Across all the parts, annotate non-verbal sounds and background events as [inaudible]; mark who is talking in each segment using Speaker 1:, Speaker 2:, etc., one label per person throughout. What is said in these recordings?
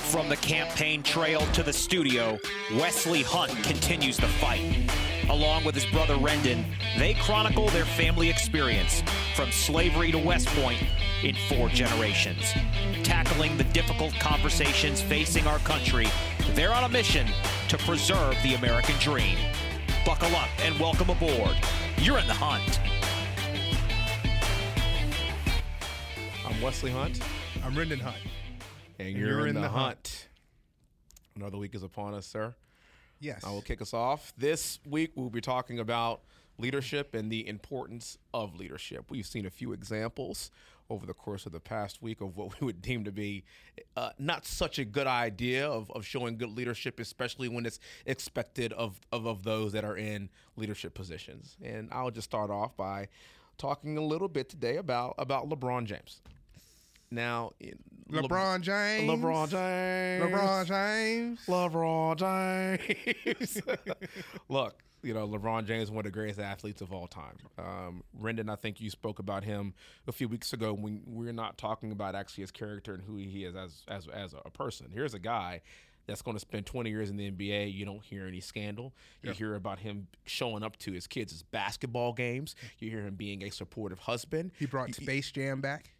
Speaker 1: From the campaign trail to the studio, Wesley Hunt continues the fight. Along with his brother Rendon, they chronicle their family experience from slavery to West Point in four generations. Tackling the difficult conversations facing our country, they're on a mission to preserve the American dream. Buckle up and welcome aboard. You're in the hunt.
Speaker 2: I'm Wesley Hunt,
Speaker 3: I'm Rendon Hunt.
Speaker 2: and
Speaker 3: And
Speaker 2: you're, in, the, hunt. Another week is upon us, sir.
Speaker 3: Yes.
Speaker 2: I will kick us off. This week, we'll be talking about leadership and the importance of leadership. We've seen a few examples over the course of the past week of what [laughs] we would deem to be uh, not such a good idea of, of showing good leadership, especially when it's expected of, of, of those that are in leadership positions. And I'll just start off by talking a little bit today about, about LeBron James. Now, in- Le-
Speaker 3: LeBron James.
Speaker 2: LeBron James.
Speaker 3: LeBron James.
Speaker 2: LeBron James. [laughs] Look, you know, LeBron James, one of the greatest athletes of all time. Um, Rendon, I think you spoke about him a few weeks ago when we're not talking about actually his character and who he is as as as a person. Here's a guy that's going to spend 20 years in the NBA. You don't hear any scandal. You hear about him showing up to his kids' his basketball games. You hear him being a supportive husband.
Speaker 3: He brought Space Jam back.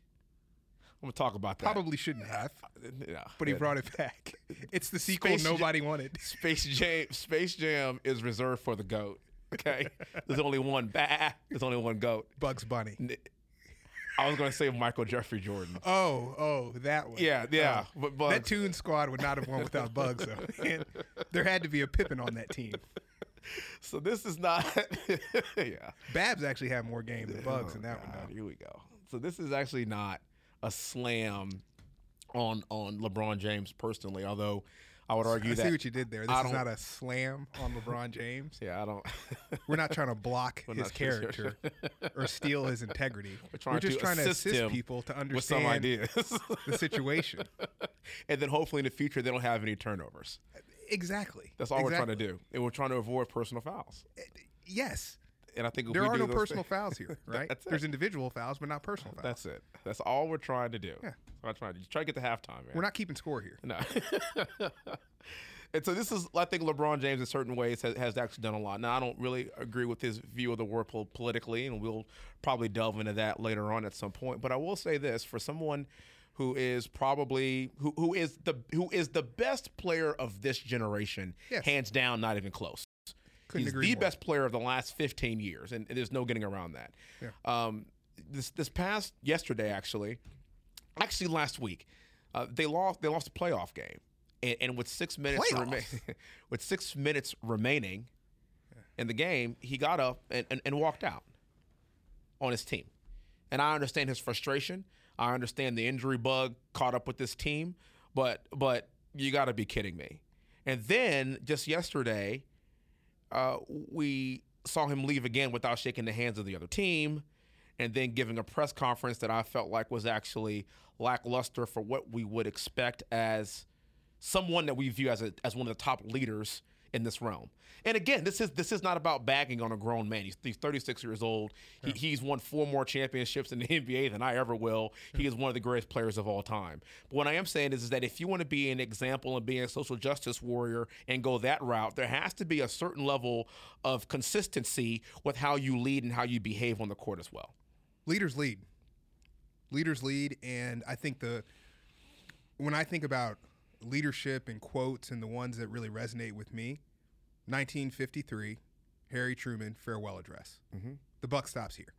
Speaker 2: I'm gonna talk about that.
Speaker 3: Probably shouldn't have,
Speaker 2: [laughs] Yeah.
Speaker 3: but he brought it
Speaker 2: [laughs]
Speaker 3: back. It's the sequel
Speaker 2: Space Jam-
Speaker 3: nobody wanted.
Speaker 2: Space Jam. Space Jam is reserved for the goat. Okay, there's only one. Bah, there's only one goat.
Speaker 3: Bugs Bunny.
Speaker 2: I was gonna say Michael Jeffrey Jordan.
Speaker 3: Oh, oh, that one.
Speaker 2: Yeah, yeah,
Speaker 3: Oh.
Speaker 2: but
Speaker 3: That
Speaker 2: Bugs.
Speaker 3: Toon Squad would not have won without Bugs,
Speaker 2: [laughs]
Speaker 3: though. Man, there had to be a Pippin on that team.
Speaker 2: so this is not. [laughs] yeah.
Speaker 3: Babs actually had more game than Bugs
Speaker 2: Oh,
Speaker 3: in that
Speaker 2: God,
Speaker 3: one,
Speaker 2: Here we go. So this is actually not a slam on on LeBron James personally, although I would
Speaker 3: though.
Speaker 2: argue
Speaker 3: I
Speaker 2: that.
Speaker 3: see what you did there. This
Speaker 2: I
Speaker 3: is
Speaker 2: don't-
Speaker 3: not a slam on
Speaker 2: [laughs]
Speaker 3: LeBron James.
Speaker 2: yeah, I don't.
Speaker 3: We're not trying to block
Speaker 2: We're
Speaker 3: his
Speaker 2: not trying to-
Speaker 3: character or steal his integrity. We're,
Speaker 2: trying
Speaker 3: just
Speaker 2: to
Speaker 3: trying
Speaker 2: assist
Speaker 3: to
Speaker 2: him
Speaker 3: assist people to
Speaker 2: with some
Speaker 3: understand
Speaker 2: ideas. [laughs]
Speaker 3: the situation.
Speaker 2: and then hopefully in the future they don't have any turnovers.
Speaker 3: Exactly.
Speaker 2: That's all we're
Speaker 3: Exactly.
Speaker 2: trying to do, and we're trying to avoid personal fouls.
Speaker 3: Yes.
Speaker 2: And I think if
Speaker 3: There
Speaker 2: we
Speaker 3: are
Speaker 2: do
Speaker 3: no
Speaker 2: those
Speaker 3: personal
Speaker 2: things-
Speaker 3: fouls here,
Speaker 2: [laughs]
Speaker 3: right?
Speaker 2: That's it.
Speaker 3: There's individual fouls, but not personal fouls.
Speaker 2: That's it. That's all we're trying to do.
Speaker 3: Yeah.
Speaker 2: That's all I'm trying to do. Try to get to halftime, man.
Speaker 3: we're not keeping score here.
Speaker 2: No. [laughs] and so this is, I think, LeBron James in certain ways has, has actually done a lot. Now, I don't really agree with his view of the world pol- politically, and we'll probably delve into that later on at some point. But I will say this: for someone who is probably who, who is the who is the best player of this generation,
Speaker 3: Yes.
Speaker 2: hands down, not even close.
Speaker 3: Couldn't
Speaker 2: He's
Speaker 3: agree
Speaker 2: the
Speaker 3: more.
Speaker 2: best player of the last 15 years, and there's no getting around that.
Speaker 3: Yeah.
Speaker 2: Um, this this past yesterday, actually, actually last week, uh, they lost they lost a playoff game, and, and with six minutes remain, [laughs] with six minutes remaining in the game, he got up and, and, and walked out on his team. And I understand his frustration. I understand the injury bug caught up with this team, but but you got to be kidding me. And then just yesterday, uh, we saw him leave again without shaking the hands of the other team, and then giving a press conference that I felt like was actually lackluster for what we would expect as someone that we view as a, as one of the top leaders in this realm. And again, this is this is not about bagging on a grown man. He's, he's 36 years old. He, He's won four more championships in the [laughs] NBA than I ever will. He is one of the greatest players of all time. But what I am saying is, is that if you want to be an example and be a social justice warrior and go that route, there has to be a certain level of consistency with how you lead and how you behave on the court as well.
Speaker 3: Leaders lead. Leaders lead, and I think the when I think about leadership and quotes and the ones that really resonate with me, 1953, Harry Truman farewell address.
Speaker 2: Mm-hmm,
Speaker 3: The buck stops here.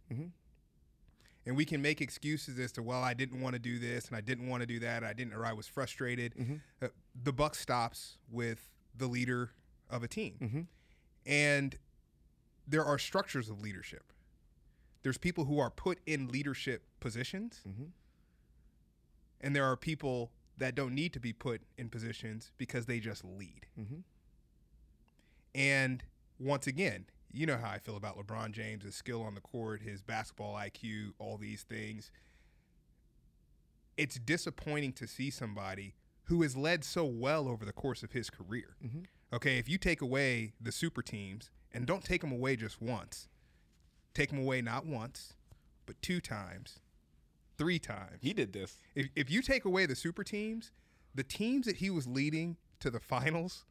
Speaker 3: And we can make excuses as to, well, I didn't want to do this and I didn't want to do that. I didn't, or I was frustrated. Uh, the buck stops with the leader of a team. And there are structures of leadership. There's people who are put in leadership positions, and there are people that don't need to be put in positions because they just lead.
Speaker 2: mm-hmm.
Speaker 3: And once again, you know how I feel about LeBron James, his skill on the court, his basketball IQ, all these things. It's disappointing to see somebody who has led so well over the course of his career. Okay, if you take away the super teams and don't take them away just once, take them away not once, but two times, three times.
Speaker 2: He did this.
Speaker 3: If, if you take away the super teams, the teams that he was leading to the finals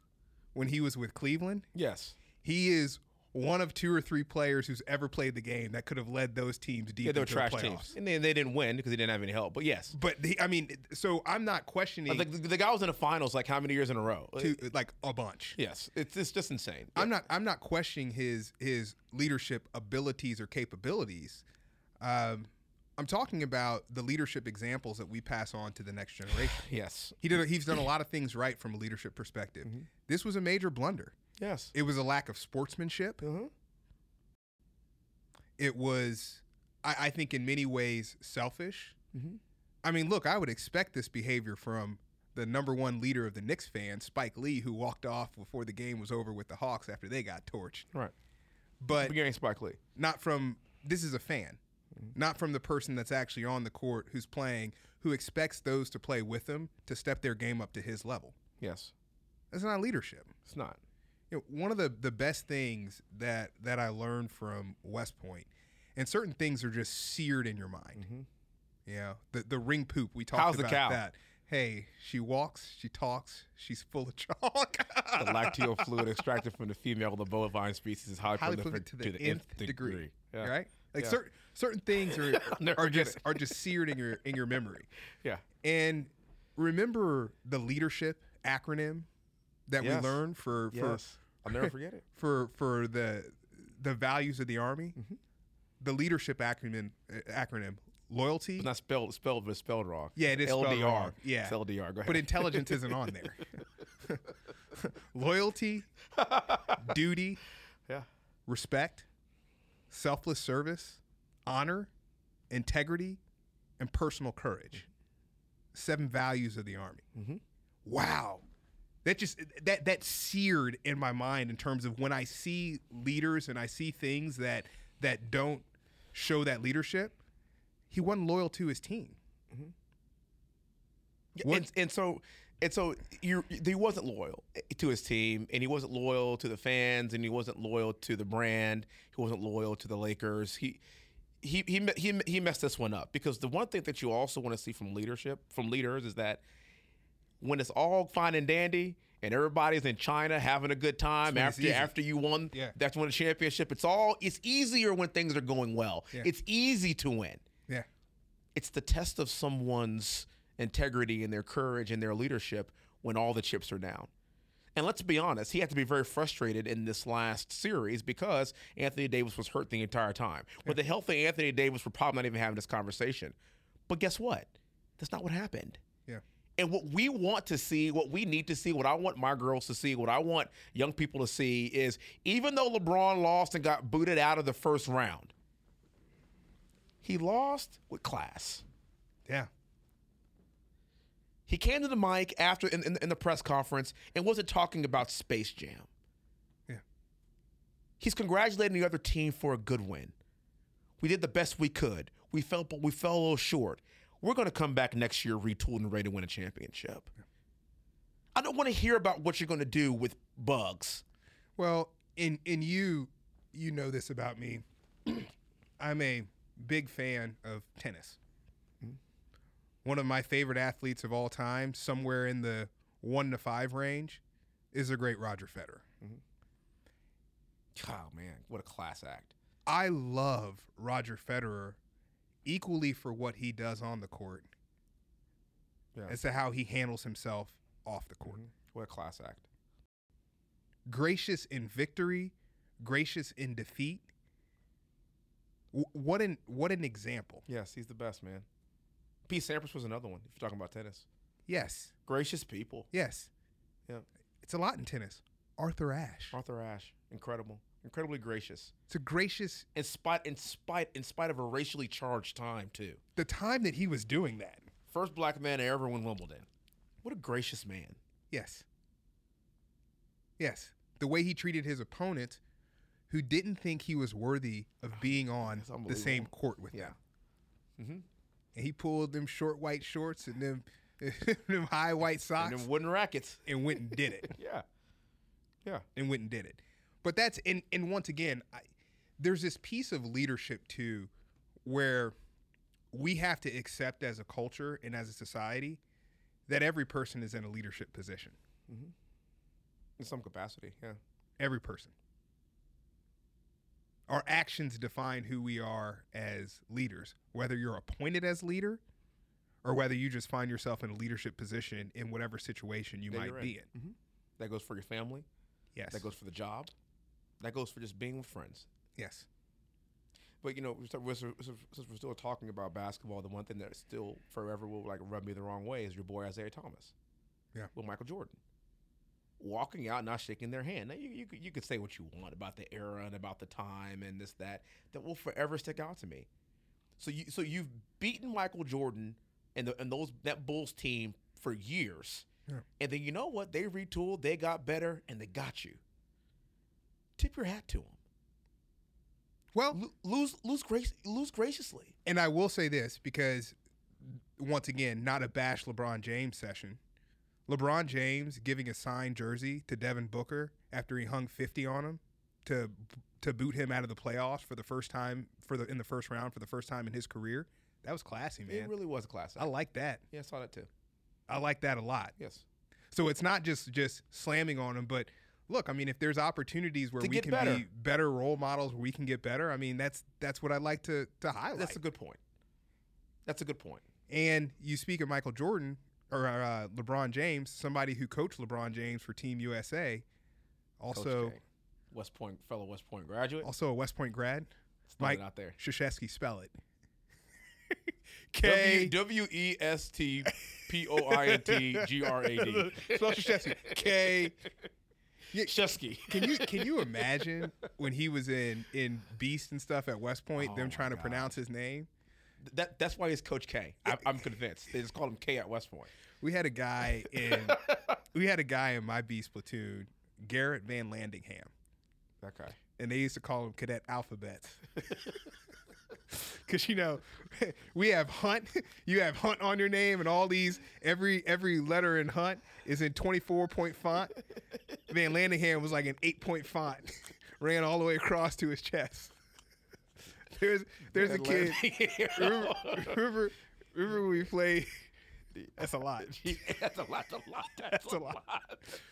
Speaker 3: when he was with Cleveland,
Speaker 2: Yes.
Speaker 3: he is one of two or three players who's ever played the game that could have led those teams deep
Speaker 2: Yeah, they were
Speaker 3: into
Speaker 2: trash
Speaker 3: the playoffs.
Speaker 2: teams, and they, they didn't win because they didn't have any help. But yes,
Speaker 3: But the, I mean, so I'm not questioning
Speaker 2: like the, the guy was in the finals like how many years in a row?
Speaker 3: to, like a bunch.
Speaker 2: yes, it's, it's just insane.
Speaker 3: I'm not I'm not questioning his his leadership abilities or capabilities. Um, I'm talking about the leadership examples that we pass on to the next generation.
Speaker 2: yes,
Speaker 3: He did. A, he's done a lot of things right from a leadership perspective.
Speaker 2: Mm-hmm.
Speaker 3: This was a major blunder.
Speaker 2: yes,
Speaker 3: It was a lack of sportsmanship.
Speaker 2: Mhm.
Speaker 3: It was, I, I think, in many ways, selfish. I mean, look, I would expect this behavior from the number one leader of the Knicks fans, Spike Lee, who walked off before the game was over with the Hawks after they got torched.
Speaker 2: right.
Speaker 3: But
Speaker 2: Beginning Spike Lee.
Speaker 3: not from this is a fan, not from the person that's actually on the court who's playing, who expects those to play with him to step their game up to his level.
Speaker 2: Yes,
Speaker 3: That's not leadership.
Speaker 2: it's
Speaker 3: [laughs]
Speaker 2: not.
Speaker 3: You know, one of the, the best things that that I learned from West Point, and certain things are just seared in your mind. You know, the the ring poop we talked
Speaker 2: Mm-hmm. How's the
Speaker 3: about
Speaker 2: cow?
Speaker 3: that. Hey, she walks, she talks, she's full of chalk. [laughs]
Speaker 2: The lacteal fluid extracted from the female of the bovine species is highly,
Speaker 3: Highly
Speaker 2: prolific
Speaker 3: prolific to the, nth degree,
Speaker 2: Yeah.
Speaker 3: right? Like
Speaker 2: Yeah.
Speaker 3: certain certain things
Speaker 2: [laughs]
Speaker 3: are
Speaker 2: never
Speaker 3: are
Speaker 2: forget
Speaker 3: just
Speaker 2: it.
Speaker 3: are just seared in your in your memory.
Speaker 2: Yeah.
Speaker 3: And remember the leadership acronym that
Speaker 2: Yes.
Speaker 3: we learned for for
Speaker 2: I'll never forget it.
Speaker 3: for for the the values of the army,
Speaker 2: Mm-hmm.
Speaker 3: the leadership acronym uh, acronym loyalty,
Speaker 2: It's not spelled spelled, but it's spelled wrong.
Speaker 3: Yeah, it is spelled
Speaker 2: LDR.
Speaker 3: wrong. Yeah.
Speaker 2: it's LDR. Go ahead.
Speaker 3: but intelligence isn't on there. [laughs]
Speaker 2: [laughs]
Speaker 3: loyalty, duty,
Speaker 2: yeah,
Speaker 3: respect, selfless service, honor, integrity, and personal courage. Seven values of the army.
Speaker 2: Mm-hmm.
Speaker 3: Wow. That just that that seared in my mind in terms of when I see leaders and I see things that that don't show that leadership. He wasn't loyal to his team. What-
Speaker 2: Mm-hmm. and, and so and so you he wasn't loyal to his team, and he wasn't loyal to the fans, and he wasn't loyal to the brand. He wasn't loyal to the Lakers. He. He, he, me- he, he messed this one up because the one thing that you also want to see from leadership from leaders is that when it's all fine and dandy and everybody's in China having a good time
Speaker 3: That's when
Speaker 2: after
Speaker 3: it's easy.
Speaker 2: after you won
Speaker 3: Yeah.
Speaker 2: that's when the championship it's all it's easier when things are going well
Speaker 3: Yeah.
Speaker 2: it's easy to win
Speaker 3: Yeah.
Speaker 2: it's the test of someone's integrity and their courage and their leadership when all the chips are down. And let's be honest, he had to be very frustrated in this last series because Anthony Davis was hurt the entire time. With a healthy Anthony Davis, we're probably not even having this conversation. But guess what? That's not what happened.
Speaker 3: Yeah.
Speaker 2: And what we want to see, what we need to see, what I want my girls to see, what I want young people to see is even though LeBron lost and got booted out of the first round, he lost with class.
Speaker 3: Yeah.
Speaker 2: He came to the mic after in, in, in the press conference and wasn't talking about Space Jam.
Speaker 3: Yeah.
Speaker 2: He's congratulating the other team for a good win. We did the best we could. We fell, but we fell a little short. We're going to come back next year retooled and ready to win a championship. I don't want to hear about what you're going to do with bugs.
Speaker 3: Well, in in you you know this about me. [clears throat] I'm a big fan of tennis. One of my favorite athletes of all time, somewhere in the 1 to 5 range, is the great Roger Federer.
Speaker 2: Oh man, what a class act!
Speaker 3: I love Roger Federer equally for what he does on the court
Speaker 2: Yeah.
Speaker 3: as to how he handles himself off the court.
Speaker 2: What a class act!
Speaker 3: gracious in victory, gracious in defeat. W- what an what an example.
Speaker 2: Yes, he's the best man. Pete Sampras was another one. If you're talking about tennis,
Speaker 3: Yes,
Speaker 2: gracious people.
Speaker 3: yes.
Speaker 2: Yeah.
Speaker 3: It's a lot in tennis. Arthur Ashe.
Speaker 2: Arthur Ashe, incredible, incredibly gracious.
Speaker 3: It's a gracious
Speaker 2: In spite, in spite, in spite of a racially charged time too.
Speaker 3: the time that he was doing that.
Speaker 2: First black man to ever win Wimbledon. What a gracious man.
Speaker 3: Yes. Yes. The way he treated his opponents who didn't think he was worthy
Speaker 2: [sighs]
Speaker 3: of being on
Speaker 2: That's
Speaker 3: the
Speaker 2: unbelievable. Mm-hmm.
Speaker 3: same court with them. And he pulled them short white shorts and them, [laughs] them high white socks
Speaker 2: And then wooden rackets.
Speaker 3: and went and did it.
Speaker 2: Yeah, yeah.
Speaker 3: and went and did it. But that's and and once again, I, there's this piece of leadership too, where we have to accept as a culture and as a society that every person is in a leadership position.
Speaker 2: in some capacity. Yeah.
Speaker 3: Every person. Our actions define who we are as leaders, whether you're appointed as leader or whether you just find yourself in a leadership position in whatever situation you
Speaker 2: Yeah,
Speaker 3: might
Speaker 2: you're right.
Speaker 3: be in.
Speaker 2: That goes for your family.
Speaker 3: Yes.
Speaker 2: That goes for the job. That goes for just being with friends.
Speaker 3: yes.
Speaker 2: But you know, we start- we're, so- so- since we're still talking about basketball, the one thing that still forever will like rub me the wrong way is your boy Isaiah Thomas.
Speaker 3: Yeah.
Speaker 2: With Michael Jordan. Walking out, not shaking their hand. Now you you, could- you could say what you want about the era and about the time and this that that will forever stick out to me. So you so you've beaten Michael Jordan and the, and those that Bulls team for years,
Speaker 3: Yeah.
Speaker 2: and then you know what? They retooled, they got better, and they got you. Tip your hat to them.
Speaker 3: Well,
Speaker 2: Lo- lose lose grace lose graciously.
Speaker 3: and I will say this because once again, not a bash LeBron James session. LeBron James giving a signed jersey to Devin Booker after he hung 50 on him to to boot him out of the playoffs for the first time for the in the first round for the first time in his career. That was classy,
Speaker 2: It
Speaker 3: man.
Speaker 2: really was a class
Speaker 3: I
Speaker 2: act.
Speaker 3: like that.
Speaker 2: Yeah, I saw that too.
Speaker 3: I like that a lot.
Speaker 2: Yes.
Speaker 3: So it's not just just slamming on him, but look, I mean, if there's opportunities where
Speaker 2: To
Speaker 3: we
Speaker 2: get
Speaker 3: can
Speaker 2: better.
Speaker 3: be better role models, where we can get better, I mean, that's that's what I like to to highlight.
Speaker 2: That's a good point. That's a good point.
Speaker 3: And you speak of Michael Jordan or uh, LeBron James, somebody who coached LeBron James for Team USA,
Speaker 2: Coach
Speaker 3: also
Speaker 2: K. West Point fellow West Point graduate.
Speaker 3: also a West Point grad.
Speaker 2: Throwing it
Speaker 3: Mike
Speaker 2: out there.
Speaker 3: Krzyzewski, spell it. [laughs]
Speaker 2: W
Speaker 3: K.
Speaker 2: W E S T P O I N T G R A [laughs] D.
Speaker 3: Spell Krzyzewski. K.
Speaker 2: Shesky.
Speaker 3: Can you can you imagine when he was in in Beast and stuff at West Point,
Speaker 2: Oh
Speaker 3: them
Speaker 2: my
Speaker 3: trying to
Speaker 2: God.
Speaker 3: pronounce his name?
Speaker 2: That that's why he's Coach K. I, I'm convinced. They just called him K at West Point.
Speaker 3: We had a guy in we had a guy in my Beast platoon, Garrett Van Landingham.
Speaker 2: That guy.
Speaker 3: and they used to call him Cadet Alphabets. [laughs] Cause you know, [laughs] we have Hunt. [laughs] You have Hunt on your name, and all these every every letter in Hunt is in twenty four point font. Van Landingham was like an eight point font, [laughs] ran all the way across to his chest. [laughs] There's there's a kid. Remember, remember remember when we played. [laughs] That's a lot.
Speaker 2: [laughs] that's a lot. That's a lot. That's,
Speaker 3: a lot.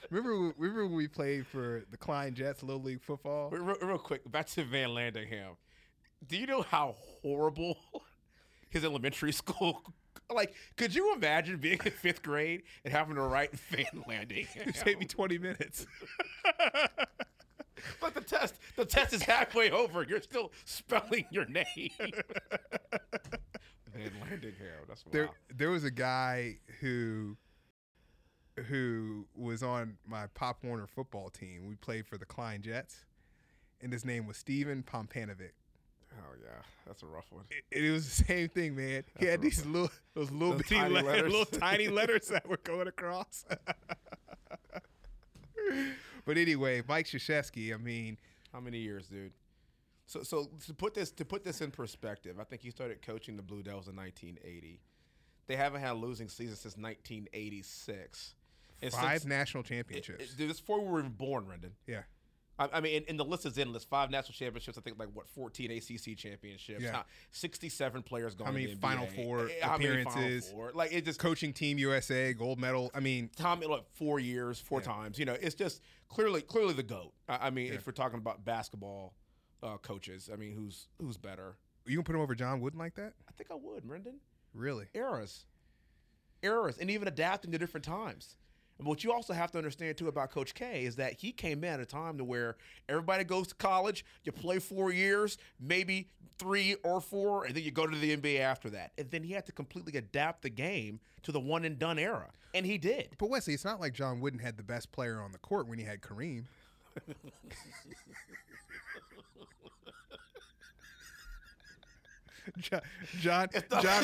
Speaker 3: Remember remember when we played for the Klein Jets Little League football.
Speaker 2: Wait, Real, real quick, back to Van Landingham. Do you know how horrible [laughs] his elementary [laughs] school? Like, could you imagine being in fifth grade and having to write Van Landingham? [laughs]
Speaker 3: It take me twenty minutes.
Speaker 2: But the test, the test is halfway over. You're still spelling your name. [laughs] Van Landingham. That's
Speaker 3: there
Speaker 2: wow.
Speaker 3: there was a guy who who was on my Pop Warner football team. We played for the Klein Jets, and his name was Steven Pompanovic.
Speaker 2: Oh yeah, that's a rough one.
Speaker 3: And it was the [laughs] same thing, man. He had these little those little
Speaker 2: Those
Speaker 3: bitty [laughs]
Speaker 2: tiny
Speaker 3: le-
Speaker 2: letters. [laughs]
Speaker 3: little tiny letters that were going across. [laughs] but anyway, Mike Krzyzewski, I mean,
Speaker 2: How many years, dude? So, so to put this to put this in perspective, I think he started coaching the Blue Devils in 1980. They haven't had a losing season since 1986. And
Speaker 3: five
Speaker 2: since-
Speaker 3: national
Speaker 2: it-
Speaker 3: championships.
Speaker 2: it- dude, it's before we were even born, Rendon.
Speaker 3: yeah.
Speaker 2: I, I mean, and, and the list is endless. Five national championships. I think like what 14 ACC championships.
Speaker 3: Yeah.
Speaker 2: How- 67 players going.
Speaker 3: many
Speaker 2: to the
Speaker 3: Final
Speaker 2: NBA.
Speaker 3: Four
Speaker 2: Eh, how many Final
Speaker 3: appearances?
Speaker 2: Four? Like it just
Speaker 3: Coaching team USA, gold medal. I mean,
Speaker 2: Tom like four years, four times. You know, it's just clearly clearly the goat. I, I mean, if we're talking about basketball uh, coaches, I mean, who's who's better?
Speaker 3: you can put him over John Wooden like that?
Speaker 2: I think I would, Brendan.
Speaker 3: Really?
Speaker 2: Eras, eras, and even adapting to different times. And what you also have to understand too about Coach K is that he came in at a time to where everybody goes to college, you play four years, maybe three or four, and then you go to the NBA after that. And then he had to completely adapt the game to the one and done era, and he did. [laughs]
Speaker 3: But Wesley, it's not like John Wooden had the best player on the court when he had Kareem. John John John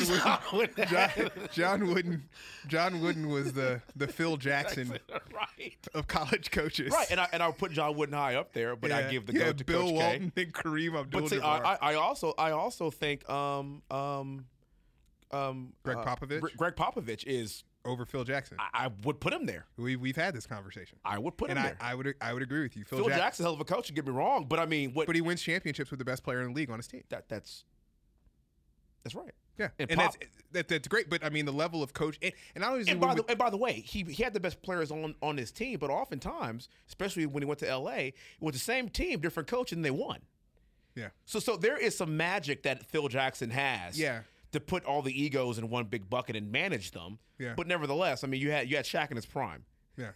Speaker 3: Wooden, [laughs] John, John Wooden John Wooden was the
Speaker 2: [laughs]
Speaker 3: the Phil Jackson
Speaker 2: right.
Speaker 3: of college coaches.
Speaker 2: Right, and I and I would put John Wooden high up there, but I
Speaker 3: Yeah.
Speaker 2: give the
Speaker 3: You
Speaker 2: goat
Speaker 3: had
Speaker 2: to
Speaker 3: Bill
Speaker 2: Coach K.
Speaker 3: Walton and Kareem
Speaker 2: But see,
Speaker 3: Abdul-Jabbar.
Speaker 2: I, I I also I also think um um um
Speaker 3: Greg Popovich?
Speaker 2: Gre- Greg Popovich is
Speaker 3: over Phil Jackson.
Speaker 2: I, I would put him there.
Speaker 3: we we've had this conversation,
Speaker 2: I would put
Speaker 3: and
Speaker 2: him
Speaker 3: I,
Speaker 2: there.
Speaker 3: I would I would agree with you. Phil,
Speaker 2: Phil
Speaker 3: Jack-
Speaker 2: Jackson's a hell of a coach. Don't Get me wrong, but I mean, what
Speaker 3: but he wins championships with the best player in the league on his team.
Speaker 2: that that's that's right.
Speaker 3: Yeah,
Speaker 2: And
Speaker 3: and,
Speaker 2: Pop-
Speaker 3: that's that, that's great. But I mean, the level of coach and, and I don't usually
Speaker 2: And by, the, and by the way, he, he had the best players on, on his team, but oftentimes, especially when he went to LA, it was the same team, different coach, and they won.
Speaker 3: yeah
Speaker 2: So so there is some magic that Phil Jackson has.
Speaker 3: Yeah.
Speaker 2: To put all the egos in one big bucket and manage them.
Speaker 3: Yeah.
Speaker 2: But nevertheless, I mean, you had you had Shaq in his prime.
Speaker 3: yeah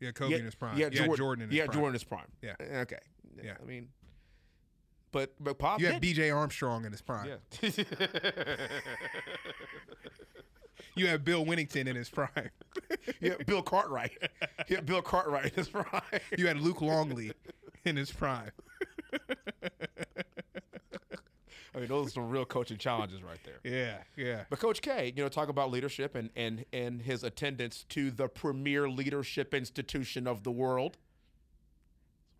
Speaker 3: yeah Kobe in his prime.
Speaker 2: You
Speaker 3: Yeah,
Speaker 2: had Jordan,
Speaker 3: Jordan in his
Speaker 2: you had
Speaker 3: prime.
Speaker 2: Jordan in his prime.
Speaker 3: Yeah.
Speaker 2: Okay.
Speaker 3: Yeah.
Speaker 2: I mean, but but Pop
Speaker 3: You
Speaker 2: did.
Speaker 3: had B.J. Armstrong in his prime.
Speaker 2: [laughs]
Speaker 3: You had Bill Winnington in his prime. [laughs]
Speaker 2: yeah, Bill Cartwright. [laughs] yeah, Bill Cartwright in his prime.
Speaker 3: you had Luke Longley in his prime.
Speaker 2: I mean, those are some real coaching challenges right there.
Speaker 3: Yeah, yeah.
Speaker 2: But Coach K, you know, talk about leadership and and and his attendance to the premier leadership institution of the world,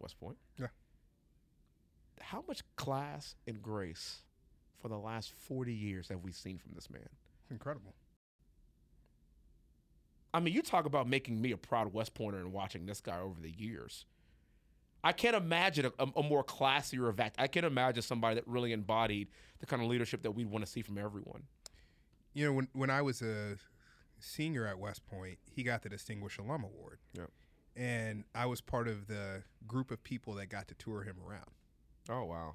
Speaker 2: West Point.
Speaker 3: Yeah.
Speaker 2: How much class and grace for the last forty years have we seen from this man?
Speaker 3: Incredible.
Speaker 2: I mean, you talk about making me a proud West Pointer and watching this guy over the years. I can't imagine a, a, a more classier event. I can't imagine somebody that really embodied the kind of leadership that we'd want to see from everyone.
Speaker 3: You know, when, when I was a senior at West Point, he got the Distinguished Alum Award.
Speaker 2: Yeah.
Speaker 3: And I was part of the group of people that got to tour him around.
Speaker 2: Oh wow.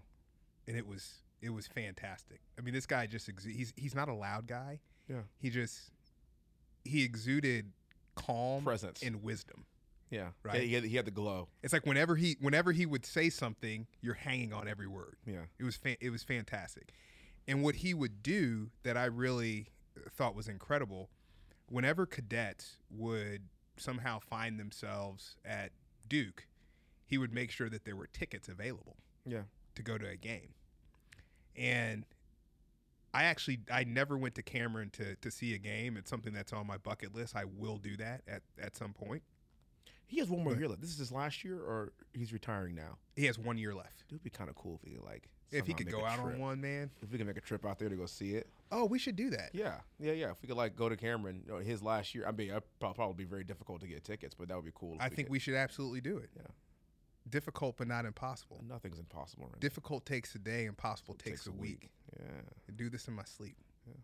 Speaker 3: And it was it was fantastic. I mean, this guy just exu- he's he's not a loud guy.
Speaker 2: Yeah.
Speaker 3: He just he exuded calm
Speaker 2: Presence.
Speaker 3: and wisdom.
Speaker 2: Yeah.
Speaker 3: Right.
Speaker 2: He had, he had the glow.
Speaker 3: It's like whenever he whenever he would say something, you're hanging on every word.
Speaker 2: Yeah.
Speaker 3: It was fan- it was fantastic, and what he would do that I really thought was incredible. Whenever cadets would somehow find themselves at Duke, he would make sure that there were tickets available
Speaker 2: Yeah.
Speaker 3: to go to a game. And I actually I never went to Cameron to to see a game. It's something that's on my bucket list. I will do that at at some point.
Speaker 2: He has one more year left. This is his last year, or he's retiring now.
Speaker 3: He has one year left.
Speaker 2: It would be kind of cool if he like
Speaker 3: If he
Speaker 2: somehow
Speaker 3: could
Speaker 2: make
Speaker 3: go
Speaker 2: a
Speaker 3: out
Speaker 2: trip.
Speaker 3: on one, man.
Speaker 2: If we can make a trip out there to go see it.
Speaker 3: Oh, we should do that.
Speaker 2: Yeah, yeah, yeah. If we could like go to Cameron, you know, his last year. I mean, it probably be very difficult to get tickets, but that would be cool. if
Speaker 3: I
Speaker 2: could.
Speaker 3: think we should absolutely do it.
Speaker 2: Yeah.
Speaker 3: Difficult but not impossible.
Speaker 2: nothing's impossible. Right
Speaker 3: Difficult takes a day, impossible takes, a week.
Speaker 2: now. Yeah.
Speaker 3: I do this in my sleep. [laughs]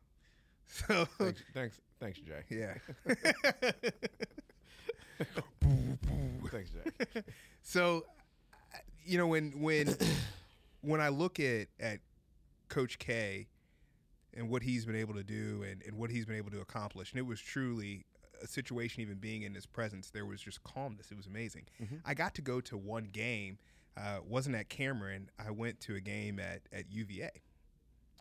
Speaker 3: So
Speaker 2: Thanks, thanks, thanks,
Speaker 3: [laughs]
Speaker 2: Jay.
Speaker 3: yeah.
Speaker 2: thanks, Jay.
Speaker 3: So I- you know when when when I look at at Coach K and what he's been able to do and, and what he's been able to accomplish, and it was truly a situation even being in his presence, there was just calmness. It was amazing. I got to go to one game, uh, wasn't at Cameron. I went to a game at, at UVA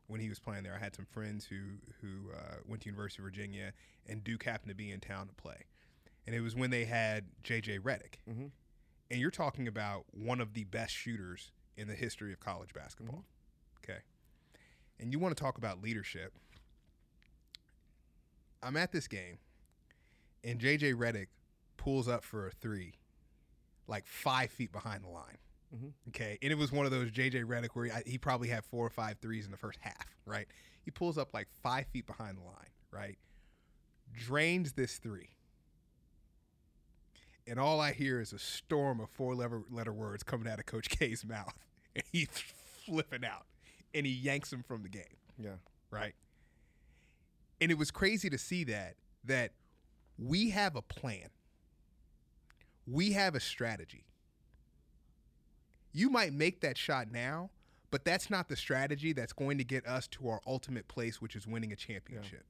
Speaker 3: when he was playing there. I had some friends who who uh, went to University of Virginia, and Duke happened to be in town to play. And it was when they had J.J. Redick,
Speaker 2: Mhm.
Speaker 3: and you're talking about one of the best shooters in the history of college basketball. Okay, and you want to talk about leadership? I'm at this game, and J.J. Redick pulls up for a three, like five feet behind the line. Okay, and it was one of those JJ Redick where he, I- he probably had four or five threes in the first half, right? He pulls up like five feet behind the line, right? Drains this three, and all I hear is a storm of four letter, letter words coming out of Coach K's [laughs] mouth, and he's flipping out, and he yanks him from the game
Speaker 2: Yeah.
Speaker 3: right? And it was crazy to see that that we have a plan. We have a strategy. You might make that shot now, but that's not the strategy that's going to get us to our ultimate place, which is winning a championship.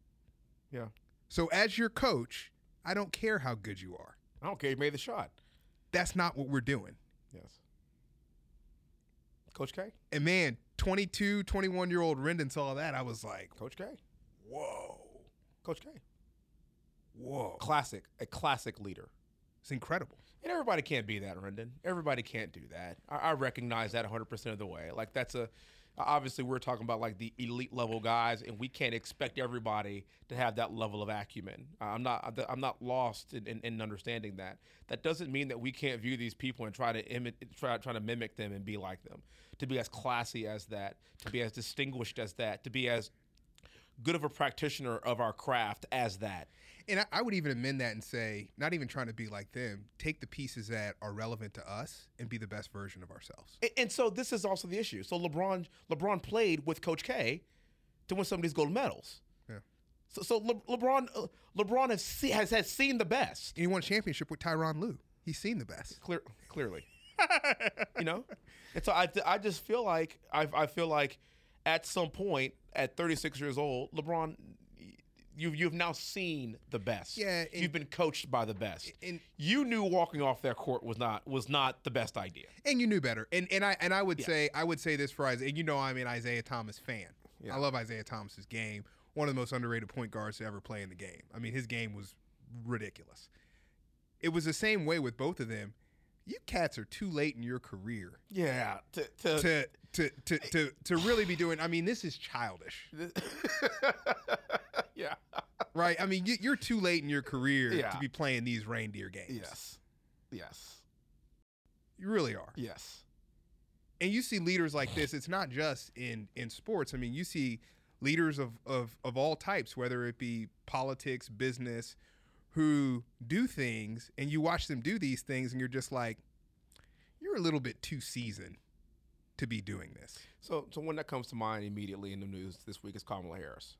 Speaker 2: Yeah.
Speaker 3: So as your coach, I don't care how good you are.
Speaker 2: I don't care. He made the shot.
Speaker 3: That's not what we're doing.
Speaker 2: Yes. Coach K.
Speaker 3: And man, 22, 21 year old Rendon saw that. I was like,
Speaker 2: Coach K.
Speaker 3: whoa,
Speaker 2: Coach K.
Speaker 3: whoa.
Speaker 2: Classic. A classic leader.
Speaker 3: It's incredible.
Speaker 2: And everybody can't be that, Rendon. Everybody can't do that. I, I recognize that 100% of the way. Like, that's a. Obviously, we're talking about like the elite level guys, and we can't expect everybody to have that level of acumen. I'm not, I'm not lost in, in, in understanding that. That doesn't mean that we can't view these people and try to imi- try, try to mimic them and be like them. To be as classy as that, to be as distinguished as that, to be as good of a practitioner of our craft as that.
Speaker 3: And I, I would even amend that and say, not even trying to be like them, take the pieces that are relevant to us and be the best version of ourselves.
Speaker 2: And, and so this is also the issue. So LeBron LeBron played with Coach K to win some of these gold medals.
Speaker 3: Yeah.
Speaker 2: So, so Le- LeBron, uh, LeBron has, se- has has seen the best.
Speaker 3: And he won a championship with Tyron Lue. He's seen the best.
Speaker 2: Clear,
Speaker 3: [laughs]
Speaker 2: clearly, you know. And so I, I just feel like I, I feel like at some point at 36 years old, LeBron, you you've now seen the best.
Speaker 3: Yeah, and-
Speaker 2: you've been coached by the best.
Speaker 3: and-
Speaker 2: you knew walking off that court was not was not the best idea.
Speaker 3: And you knew better. And and I and I would say I would say this for Isaiah. And you know I'm an Isaiah Thomas fan. I love Isaiah Thomas's game. One of the most underrated point guards to ever play in the game. I mean, his game was ridiculous. It was the same way with both of them. You cats are too late in your career
Speaker 2: Yeah. To,
Speaker 3: to to to to, to really be doing. I mean, this is childish,
Speaker 2: yeah.
Speaker 3: right? I mean, you- you're too late in your career
Speaker 2: Yeah.
Speaker 3: to be playing these reindeer games.
Speaker 2: Yes.
Speaker 3: you really are.
Speaker 2: Yes.
Speaker 3: and you see leaders like this it's not just in in sports i mean you see leaders of of, of all types whether it be politics business who do things and you watch them do these things and you're just like you're a little bit too seasoned to be doing this
Speaker 2: So, so one that comes to mind immediately in the news this week is Kamala Harris.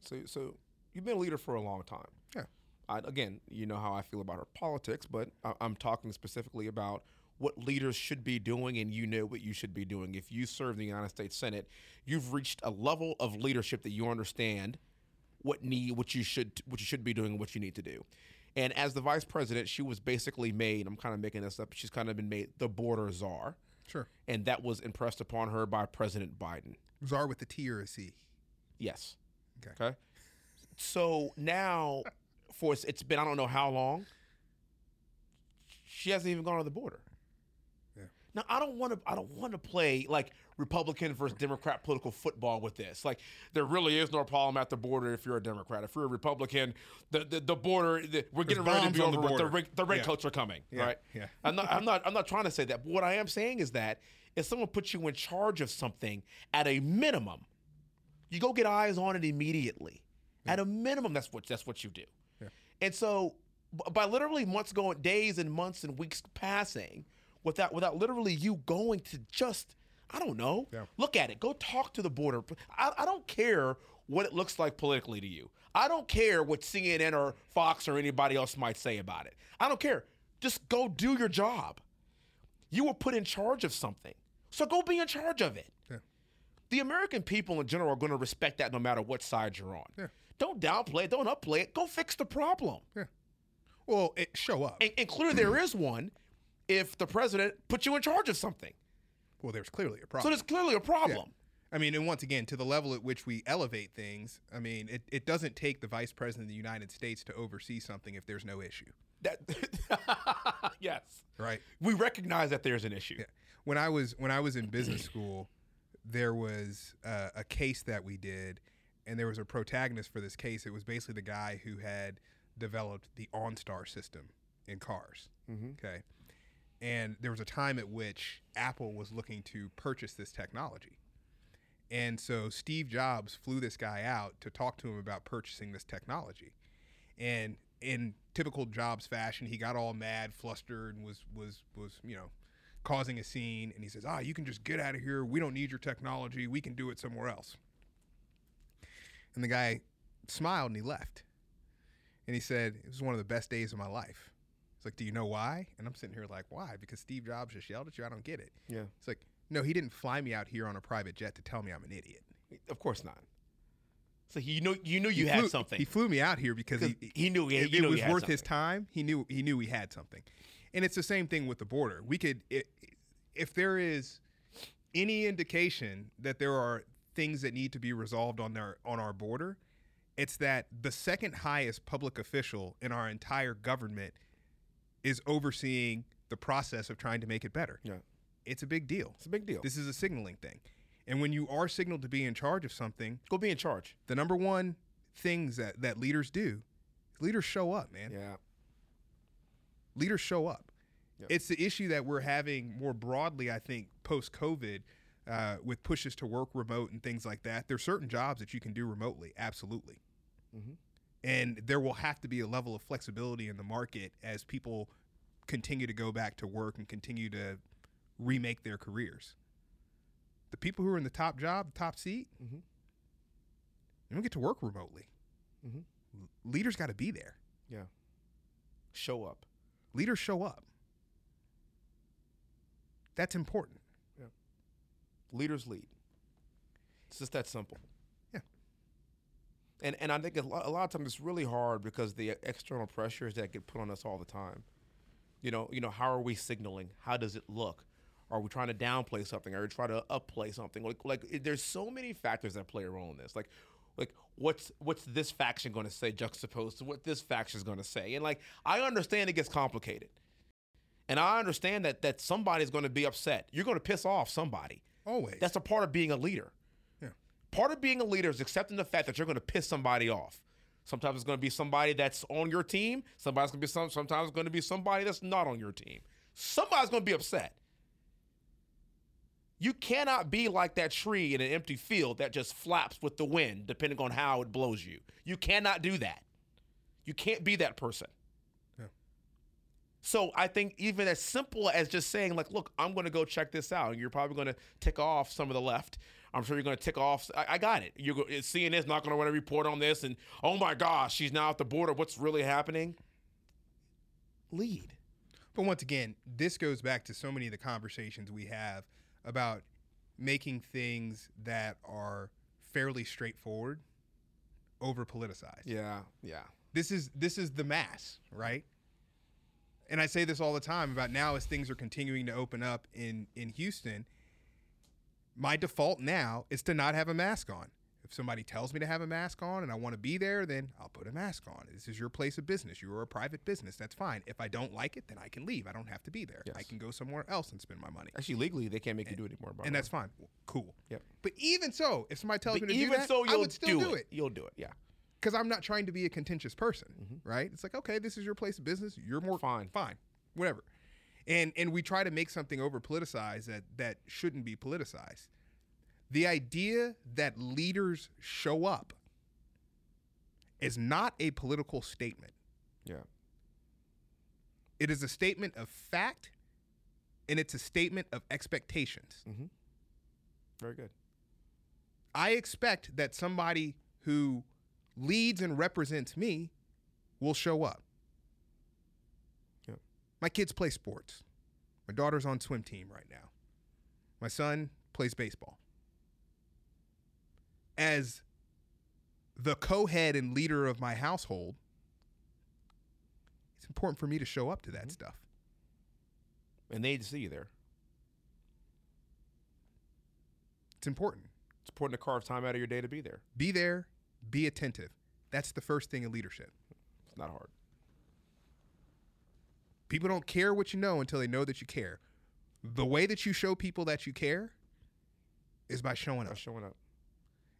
Speaker 2: So, so you've been a leader for a long time.
Speaker 3: Yeah.
Speaker 2: I, again, you know how I feel about her politics, but I, I'm talking specifically about what leaders should be doing, and you know what you should be doing. If you serve the United States Senate, you've reached a level of leadership that you understand what need what you should what you should be doing and what you need to do. And as the vice president, she was basically made. I'm kind of making this up. She's kind of been made the border czar
Speaker 3: sure
Speaker 2: and that was impressed upon her by President Biden.
Speaker 3: czar with the t or a c
Speaker 2: Yes.
Speaker 3: Okay.
Speaker 2: So now, for it's- it's been I don't know how long. She hasn't even gone to the border.
Speaker 3: Yeah.
Speaker 2: Now I don't want to. I don't want to play like Republican versus Democrat political football with this. Like there really is no problem at the border if you're a Democrat. If you're a Republican, the the, the border the, we're getting ready to
Speaker 3: bombs
Speaker 2: be
Speaker 3: on
Speaker 2: over
Speaker 3: the
Speaker 2: with. The,
Speaker 3: border.
Speaker 2: red- the
Speaker 3: Yeah.
Speaker 2: redcoats are coming.
Speaker 3: Yeah,
Speaker 2: Right.
Speaker 3: yeah.
Speaker 2: [laughs] I'm not, I'm not. I'm not trying to say that. But what I am saying is that if someone puts you in charge of something, at a minimum, you go get eyes on it immediately. At a minimum, that's what that's what you do. And so, b- by literally months going, days and months and weeks passing, without without literally you going to just, I don't know,
Speaker 3: Yeah.
Speaker 2: look at it, go talk to the border. I, I don't care what it looks like politically to you. I don't care what CNN or Fox or anybody else might say about it. I don't care. Just go do your job. You were put in charge of something, so go be in charge of it the American people in general are going to respect that no matter what side you're on.
Speaker 3: Yeah.
Speaker 2: Don't downplay it. Don't upplay it. Go fix the problem.
Speaker 3: well it, show up
Speaker 2: And, and clearly, there is one if the president puts you in charge of something.
Speaker 3: well there's clearly a
Speaker 2: So
Speaker 3: problem
Speaker 2: there's clearly a problem.
Speaker 3: I mean, and once again, to the level at which we elevate things, I mean, it, it doesn't take the vice president of the United States to oversee something if there's no issue,
Speaker 2: That [laughs] yes,
Speaker 3: right?
Speaker 2: we recognize that there's an issue.
Speaker 3: when I was when I was in business school, there was uh, a case that we did, and there was a protagonist for this case. It was basically the guy who had developed the OnStar system in cars. Okay, and there was a time at which Apple was looking to purchase this technology, and so Steve Jobs flew this guy out to talk to him about purchasing this technology, and in typical Jobs fashion, he got all mad, flustered, and was was was you know causing a scene. And he says, "Ah, you can just get out of here. We don't need your technology. We can do it somewhere else." And the guy smiled and he left. And he said, "It was one of the best days of my life." He's like, "Do you know why?" And I'm sitting here like, "Why?" Because Steve Jobs just yelled at you. I don't get it.
Speaker 2: Yeah.
Speaker 3: It's like, no, he didn't fly me out here on a private jet to tell me I'm an idiot.
Speaker 2: Of course not. So you know, you knew you
Speaker 3: He
Speaker 2: had
Speaker 3: flew-
Speaker 2: something.
Speaker 3: He flew me out here because he,
Speaker 2: he knew he-
Speaker 3: it,
Speaker 2: you
Speaker 3: it
Speaker 2: know he
Speaker 3: was
Speaker 2: had
Speaker 3: worth his time. He knew he knew he had something, and it's the same thing with the border. We could, i if there is any indication that there are things that need to be resolved on their on our border, it's that the second highest public official in our entire government is overseeing the process of trying to make it better.
Speaker 2: Yeah.
Speaker 3: It's a big deal.
Speaker 2: it's a big deal.
Speaker 3: This is a signaling thing. And when you are signaled to be in charge of something,
Speaker 2: Go be in charge.
Speaker 3: the number one things that, that leaders do leaders show up man
Speaker 2: Yeah.
Speaker 3: leaders show up
Speaker 2: Yeah.
Speaker 3: it's the issue that we're having more broadly i think post-covid uh, with pushes to work remote and things like that there's certain jobs that you can do remotely absolutely
Speaker 2: Mhm.
Speaker 3: and there will have to be a level of flexibility in the market as people continue to go back to work and continue to remake their careers the people who are in the top job top seat They don't get to work remotely.
Speaker 2: Mhm.
Speaker 3: L- Leaders got to be there.
Speaker 2: Yeah. Show up.
Speaker 3: Leaders show up. That's important.
Speaker 2: Leaders lead. It's just that simple.
Speaker 3: Yeah.
Speaker 2: And and I think a lot, a lot of times it's really hard because the external pressures that get put on us all the time. You know, you know, how are we signaling? How does it look? Are we trying to downplay something? Are we trying to upplay something? Like like it- there's so many factors that play a role in this. Like like what's what's this faction going to say juxtaposed to what this faction is going to say? And like I understand it gets complicated. And I understand that that somebody's going to be upset. You're going to piss off somebody.
Speaker 3: Always.
Speaker 2: That's a part of being a leader.
Speaker 3: Yeah.
Speaker 2: Part of being a leader is accepting the fact that you're going to piss somebody off. Sometimes it's going to be somebody that's on your team. Somebody's going to be some. Sometimes it's going to be somebody that's not on your team. Somebody's going to be upset. You cannot be like that tree in an empty field that just flaps with the wind, depending on how it blows you. You cannot do that. You can't be that person.
Speaker 3: Yeah.
Speaker 2: So I think even as simple as just saying, like, look, I'm going to go check this out. You're probably going to tick off some of the left. I'm sure you're going to tick off. I, I got it. You're go- CNN's not going to want to report on this, and oh my gosh, she's now at the border. What's really happening? Lead.
Speaker 3: But once again, this goes back to so many of the conversations we have about making things that are fairly straightforward over politicized.
Speaker 2: Yeah, yeah,
Speaker 3: This is this is the mass, right? And I say this all the time about now as things are continuing to open up in in Houston, my default now is to not have a mask on. If somebody tells me to have a mask on and I want to be there, then I'll put a mask on. This is your place of business. You are a private business. That's fine. If I don't like it, then I can leave. I don't have to be there.
Speaker 2: Yes.
Speaker 3: I can go somewhere else and spend my money.
Speaker 2: Actually, legally, they can't make you do it anymore. by
Speaker 3: And
Speaker 2: the way.
Speaker 3: that's fine. Cool.
Speaker 2: Yep.
Speaker 3: But even so, if somebody tells
Speaker 2: But
Speaker 3: me to do
Speaker 2: even
Speaker 3: that,
Speaker 2: so,
Speaker 3: I
Speaker 2: you'll
Speaker 3: would still do it
Speaker 2: You'll do it. Yeah.
Speaker 3: because I'm not trying to be a contentious person, right? It's like, okay, this is your place of business. You're more
Speaker 2: Fine.
Speaker 3: fine, whatever. And and we try to make something over politicized that that shouldn't be politicized. The idea that leaders show up is not a political statement.
Speaker 2: Yeah.
Speaker 3: It is a statement of fact, and it's a statement of expectations.
Speaker 2: mm-hmm. Very good.
Speaker 3: I expect that somebody who leads and represents me will show up.
Speaker 2: Yep.
Speaker 3: My kids play sports. My daughter's on swim team right now. My son plays baseball. As the co-head and leader of my household, it's important for me to show up to that stuff.
Speaker 2: And they need to see you there.
Speaker 3: It's important.
Speaker 2: It's important to carve time out of your day to be there.
Speaker 3: Be there, be attentive. That's the first thing in leadership.
Speaker 2: It's not hard.
Speaker 3: People don't care what you know until they know that you care. The way that you show people that you care is by showing
Speaker 2: Not
Speaker 3: up.
Speaker 2: showing up.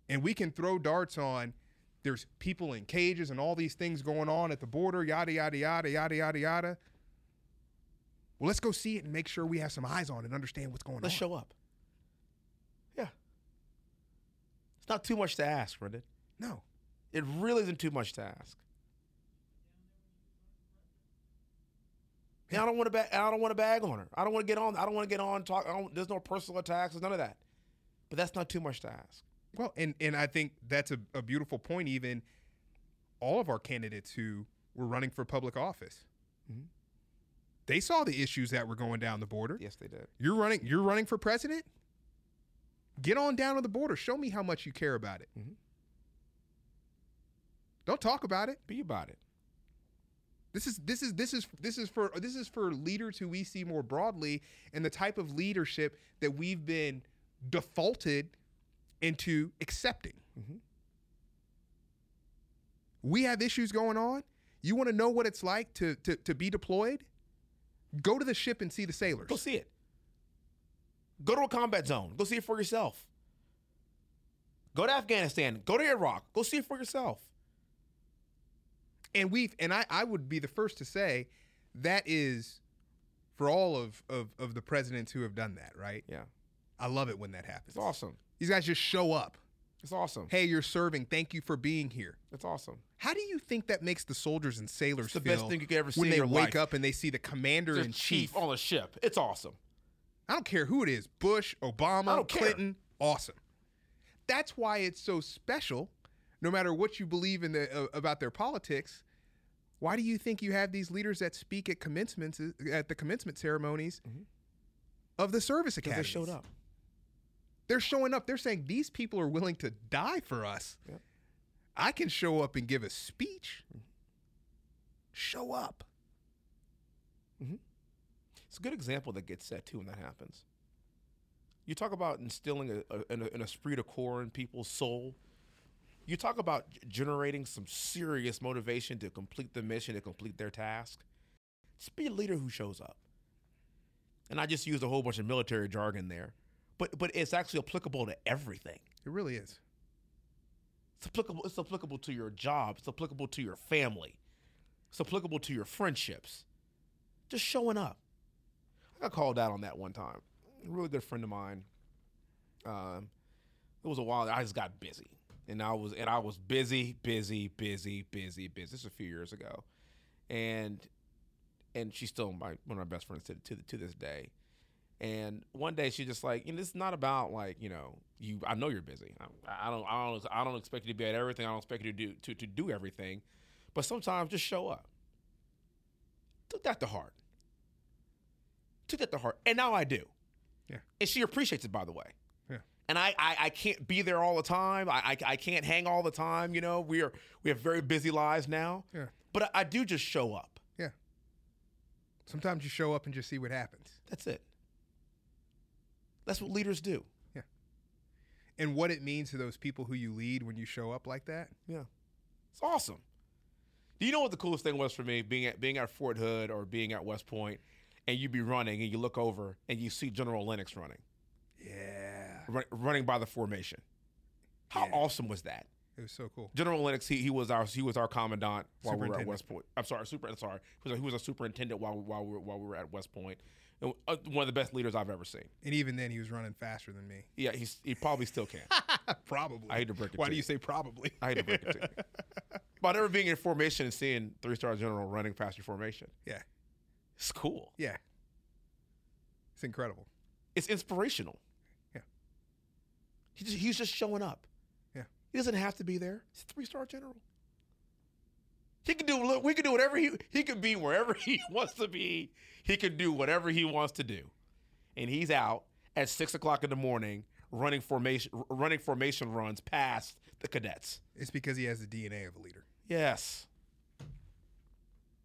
Speaker 3: And we can throw darts on there's people in cages and all these things going on at the border, yada, yada, yada, yada, yada, yada. Well, let's go see it and make sure we have some eyes on and understand what's going
Speaker 2: Let's
Speaker 3: on.
Speaker 2: show up. Yeah. It's not too much to ask, Brendan.
Speaker 3: no.
Speaker 2: It really isn't too much to ask. And I don't want to bag. I don't want to bag on her. I don't want to get on. I don't want to get on. Talk. I don't, there's no personal attacks. There's none of that. But that's not too much to ask.
Speaker 3: Well, and, and I think that's a, a beautiful point, even all of our candidates who were running for public office.
Speaker 2: Mhm.
Speaker 3: They saw the issues that were going down the border.
Speaker 2: Yes, they did.
Speaker 3: You're running. You're running for president. Get on down to the border. Show me how much you care about it.
Speaker 2: Mhm.
Speaker 3: Don't talk about it.
Speaker 2: Be about it.
Speaker 3: This is this is this is this is for this is for leaders who we see more broadly and the type of leadership that we've been defaulted into accepting.
Speaker 2: Mhm.
Speaker 3: We have issues going on. You want to know what it's like to, to to be deployed? Go to the ship and see the sailors.
Speaker 2: Go see it. Go to a combat zone. Go see it for yourself. Go to Afghanistan. Go to Iraq. Go see it for yourself.
Speaker 3: and we've and I, I would be the first to say that is for all of, of of the presidents who have done that right
Speaker 2: Yeah,
Speaker 3: i love it when that happens
Speaker 2: it's awesome.
Speaker 3: these guys just show up
Speaker 2: It's awesome.
Speaker 3: hey you're serving thank you for being here
Speaker 2: It's awesome.
Speaker 3: how do you think that makes the soldiers and sailors
Speaker 2: It's the
Speaker 3: feel
Speaker 2: best thing you could ever see
Speaker 3: when
Speaker 2: in
Speaker 3: they
Speaker 2: your
Speaker 3: wake
Speaker 2: life.
Speaker 3: up and they see the commander
Speaker 2: There's
Speaker 3: in chief?
Speaker 2: on a ship. It's awesome.
Speaker 3: I don't care who it is Bush, Obama,
Speaker 2: I don't care.
Speaker 3: Clinton, awesome. That's why it's so special no matter what you believe in the, uh, about their politics, why do you think you have these leaders that speak at commencements uh, at the commencement ceremonies of the service
Speaker 2: Mm-hmm. Because they
Speaker 3: academies?
Speaker 2: showed up.
Speaker 3: They're showing up. They're saying these people are willing to die for us.
Speaker 2: Yep. Mm-hmm.
Speaker 3: I can show up and give a speech. Show up.
Speaker 2: It's a good example that gets set too when that happens. You talk about instilling a, a, an, an esprit de corps in people's soul. You talk about g- generating some serious motivation to complete the mission, to complete their task. Just be a leader who shows up. And I just used a whole bunch of military jargon there, but but it's actually applicable to everything.
Speaker 3: It really is.
Speaker 2: It's applicable. It's applicable to your job. It's applicable to your family. It's applicable to your friendships. Just showing up. I got called out on that one time. A really good friend of mine. Um, it was a while. I just got busy, and I was and I was busy, busy, busy, busy, busy. This was a few years ago, and and she's still my one of my best friends to to, to this day. And one day she's just like, you know, it's not about like, you know, you. I know you're busy. I, I don't, I don't, I don't expect you to be at everything. I don't expect you to do to, to do everything, but sometimes just show up. Took that to heart. Took that to heart, and now I do.
Speaker 3: Yeah.
Speaker 2: And she appreciates it, by the way.
Speaker 3: Yeah.
Speaker 2: And I, I, I can't be there all the time. I, I, I can't hang all the time. You know, we are we have very busy lives now.
Speaker 3: Yeah.
Speaker 2: But I, I do just show up.
Speaker 3: Yeah. Sometimes you show up and just see what happens.
Speaker 2: That's it. That's what leaders do.
Speaker 3: And what it means to those people who you lead when you show up like that.
Speaker 2: Yeah, it's awesome. Do you know what the coolest thing was for me being at being at Fort Hood or being at West Point, and you be running and you look over and you see General Lennox running,
Speaker 3: Yeah.
Speaker 2: run, running by the formation. How
Speaker 3: Yeah.
Speaker 2: awesome was that?
Speaker 3: It was so cool.
Speaker 2: General Lennox, he, he was our he was our commandant while we were at
Speaker 3: Superintendent.
Speaker 2: West Point. I'm sorry, super. I'm sorry, he was, a, he was a superintendent while while we were, while we were at West Point. And, uh, one of the best leaders I've ever seen.
Speaker 3: And even then, he was running faster than me.
Speaker 2: Yeah, he's, he probably still can.
Speaker 3: [laughs] probably.
Speaker 2: I hate to break it
Speaker 3: [laughs] Why
Speaker 2: to
Speaker 3: do
Speaker 2: you.
Speaker 3: you say probably?
Speaker 2: I had to break it to you.
Speaker 3: [laughs]
Speaker 2: But ever being in formation and seeing three star general running past your formation,
Speaker 3: yeah.
Speaker 2: it's cool.
Speaker 3: [laughs] Yeah. It's incredible.
Speaker 2: It's inspirational.
Speaker 3: Yeah.
Speaker 2: He just, he's just showing up.
Speaker 3: Yeah.
Speaker 2: He doesn't have to be there. He's a three star general. He can do. Look, we can do whatever he he can be wherever [laughs] he wants to be. He can do whatever he wants to do, and he's out at six o'clock in the morning running formation running formation runs past the cadets.
Speaker 3: It's because he has the DNA of a leader.
Speaker 2: Yes.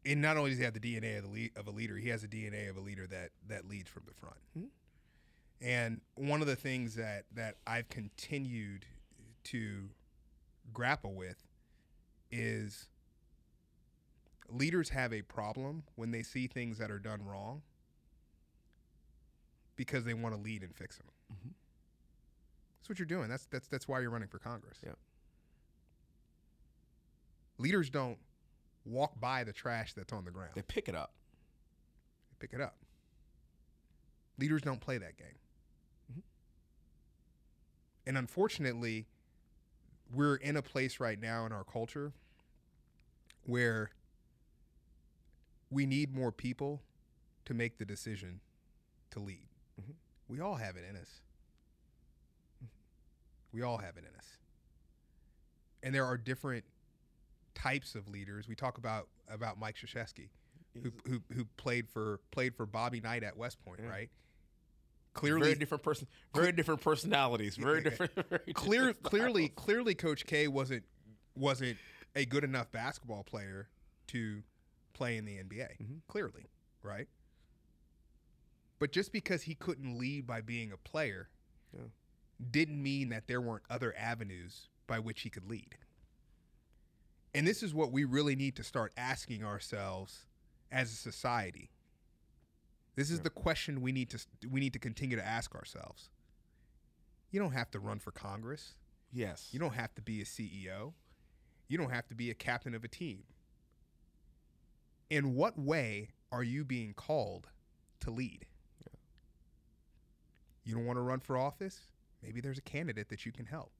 Speaker 3: And not only does he have the DNA of, the lead, of a leader, he has the DNA of a leader that that leads from the front. And one of the things that that I've continued to grapple with is leaders have a problem when they see things that are done wrong because they want to lead and fix them. That's what you're doing. That's that's that's why you're running for Congress.
Speaker 2: Yeah.
Speaker 3: Leaders don't walk by the trash that's on the ground.
Speaker 2: They pick it up.
Speaker 3: They pick it up. Leaders don't play that game. And unfortunately, we're in a place right now in our culture where we need more people to make the decision to lead. We all have it in us. We all have it in us. And there are different types of leaders. We talk about about Mike Krzyzewski, who, who who played for played for Bobby Knight at West Point, right? Clearly,
Speaker 2: very different person, very different personalities, very different. [laughs] Very
Speaker 3: [laughs] clear,
Speaker 2: different
Speaker 3: clearly,
Speaker 2: styles.
Speaker 3: clearly, Coach K wasn't wasn't a good enough basketball player to play in the NBA. Clearly, right? But just because he couldn't lead by being a player,
Speaker 2: Yeah.
Speaker 3: didn't mean that there weren't other avenues by which he could lead. And this is what we really need to start asking ourselves as a society. This is the question we need to we need to continue to ask ourselves. You don't have to run for Congress.
Speaker 2: yes,
Speaker 3: You don't have to be a CEO. You don't have to be a captain of a team. In what way are you being called to lead? You don't want to run for office? Maybe there's a candidate that you can help.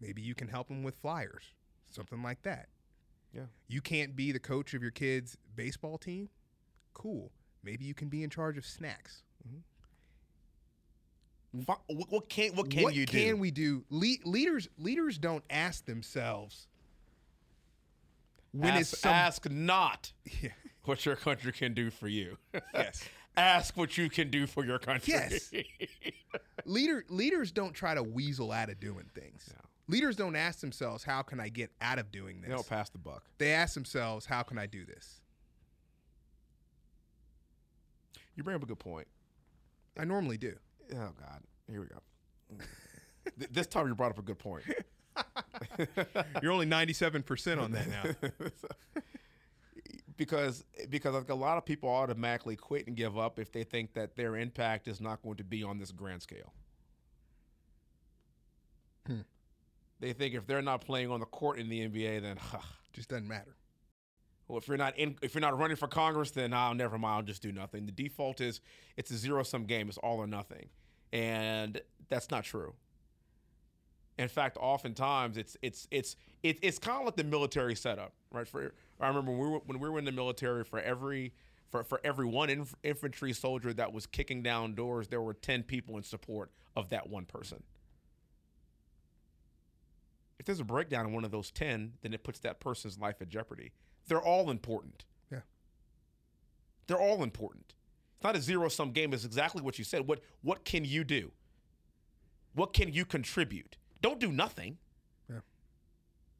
Speaker 3: Maybe you can help them with flyers, something like that.
Speaker 2: Yeah.
Speaker 3: You can't be the coach of your kids' baseball team? Cool. Maybe you can be in charge of snacks.
Speaker 2: Fi- What, what can what can
Speaker 3: what
Speaker 2: you
Speaker 3: can
Speaker 2: do?
Speaker 3: we do? Le- leaders leaders don't ask themselves when
Speaker 2: ask,
Speaker 3: is some-
Speaker 2: ask not
Speaker 3: [laughs] Yeah.
Speaker 2: what your country can do for you. [laughs]
Speaker 3: Yes.
Speaker 2: ask what you can do for your country. [laughs]
Speaker 3: Yes. leader leaders don't try to weasel out of doing things. Leaders don't ask themselves how can I get out of doing this.
Speaker 2: they don't pass the buck.
Speaker 3: They ask themselves how can I do this.
Speaker 2: You bring up a good point.
Speaker 3: I
Speaker 2: [laughs]
Speaker 3: normally do.
Speaker 2: Oh God, here we go. [laughs] Th- this time you brought up a good [laughs] point.
Speaker 3: You're only 97% on that
Speaker 2: [laughs]
Speaker 3: now.
Speaker 2: because because I think a lot of people automatically quit and give up if they think that their impact is not going to be on this grand scale.
Speaker 3: Hmm.
Speaker 2: They think if they're not playing on the court in the NBA, then [laughs] huh,
Speaker 3: [laughs] Just doesn't matter.
Speaker 2: well, if you're not in, if you're not running for Congress, then I'll never mind. I'll just do nothing. The default is it's a zero sum game. It's all or nothing, and that's not true. In fact, oftentimes it's it's it's it, it's kind of like the military setup, right? For I remember when we were when we were in the military, for every for, for every one inf- infantry soldier that was kicking down doors, there were ten people in support of that one person. If there's a breakdown in one of those ten, then it puts that person's life at jeopardy. They're all important.
Speaker 3: Yeah.
Speaker 2: They're all important. It's not a zero sum game. It's exactly what you said. What what can you do? What can you contribute? Don't do nothing.
Speaker 3: Yeah.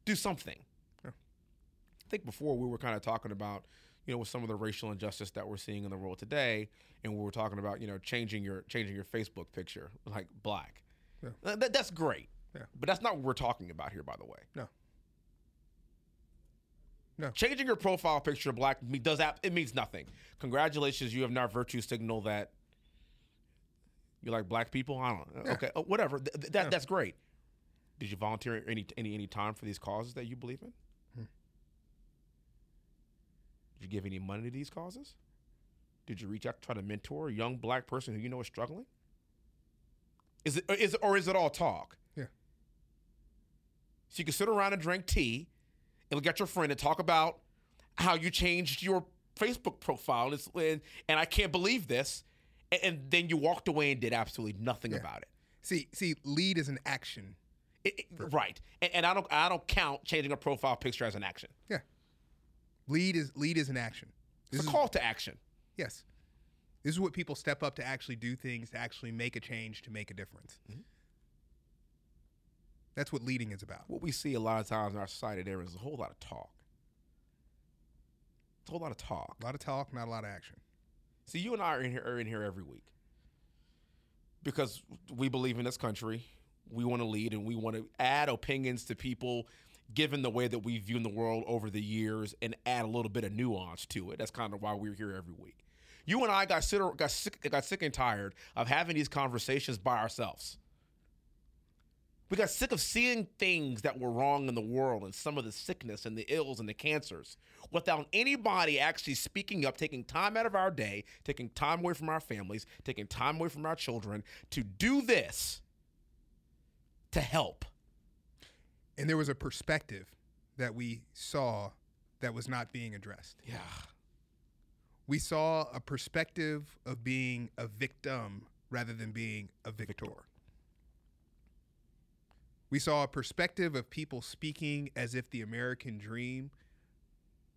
Speaker 2: Do something.
Speaker 3: Yeah.
Speaker 2: I think before we were kind of talking about, you know, with some of the racial injustice that we're seeing in the world today, and we were talking about, you know, changing your changing your Facebook picture like black.
Speaker 3: Yeah.
Speaker 2: Uh, that- that's great.
Speaker 3: Yeah.
Speaker 2: But that's not what we're talking about here, by the way.
Speaker 3: No. No.
Speaker 2: Changing your profile picture to black me- does app it means nothing. Congratulations, you have now virtue signal that you like black people. I don't know.
Speaker 3: Yeah.
Speaker 2: Okay, oh, whatever. Th- th- that
Speaker 3: Yeah.
Speaker 2: that's great. Did you volunteer any any any time for these causes that you believe in?
Speaker 3: Hmm.
Speaker 2: Did you give any money to these causes? Did you reach out to try to mentor a young black person who you know is struggling? Is it is or is it all talk?
Speaker 3: Yeah.
Speaker 2: So you can sit around and drink tea and look at your friend and talk about how you changed your Facebook profile and, it's, and, and I can't believe this. And, and then you walked away and did absolutely nothing about it.
Speaker 3: See, see, lead is an action.
Speaker 2: It- it- right. And, and I don't I don't count changing a profile picture as an action.
Speaker 3: Yeah. Lead is lead is an action. This
Speaker 2: It's a
Speaker 3: is-
Speaker 2: call to action.
Speaker 3: Yes. This is what people step up to actually do things, to actually make a change, to make a difference. That's what leading is about.
Speaker 2: What we see a lot of times in our society there is a whole lot of talk. It's a whole lot of talk.
Speaker 3: A lot of talk, not a lot of action.
Speaker 2: See, you and I are in here, are in here every week because we believe in this country. We want to lead and we want to add opinions to people, given the way that we view the world over the years, and add a little bit of nuance to it. That's kind of why we're here every week. You and I got sick, got sick, got sick and tired of having these conversations by ourselves. We got sick of seeing things that were wrong in the world and some of the sickness and the ills and the cancers without anybody actually speaking up, taking time out of our day, taking time away from our families, taking time away from our children to do this to help.
Speaker 3: And there was a perspective that we saw that was not being addressed.
Speaker 2: Yeah.
Speaker 3: We saw a perspective of being a victim rather than being a victor. We saw a perspective of people speaking as if the American dream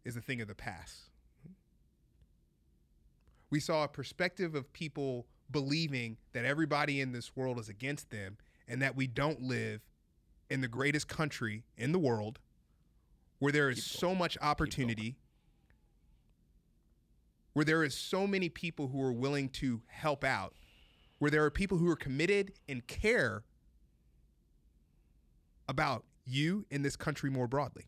Speaker 3: is a thing of the past. We saw a perspective of people believing that everybody in this world is against them and that we don't live in the greatest country in the world where there is
Speaker 2: Keep
Speaker 3: so much opportunity, where there is so many people who are willing to help out, where there are people who are committed and care about you in this country more broadly.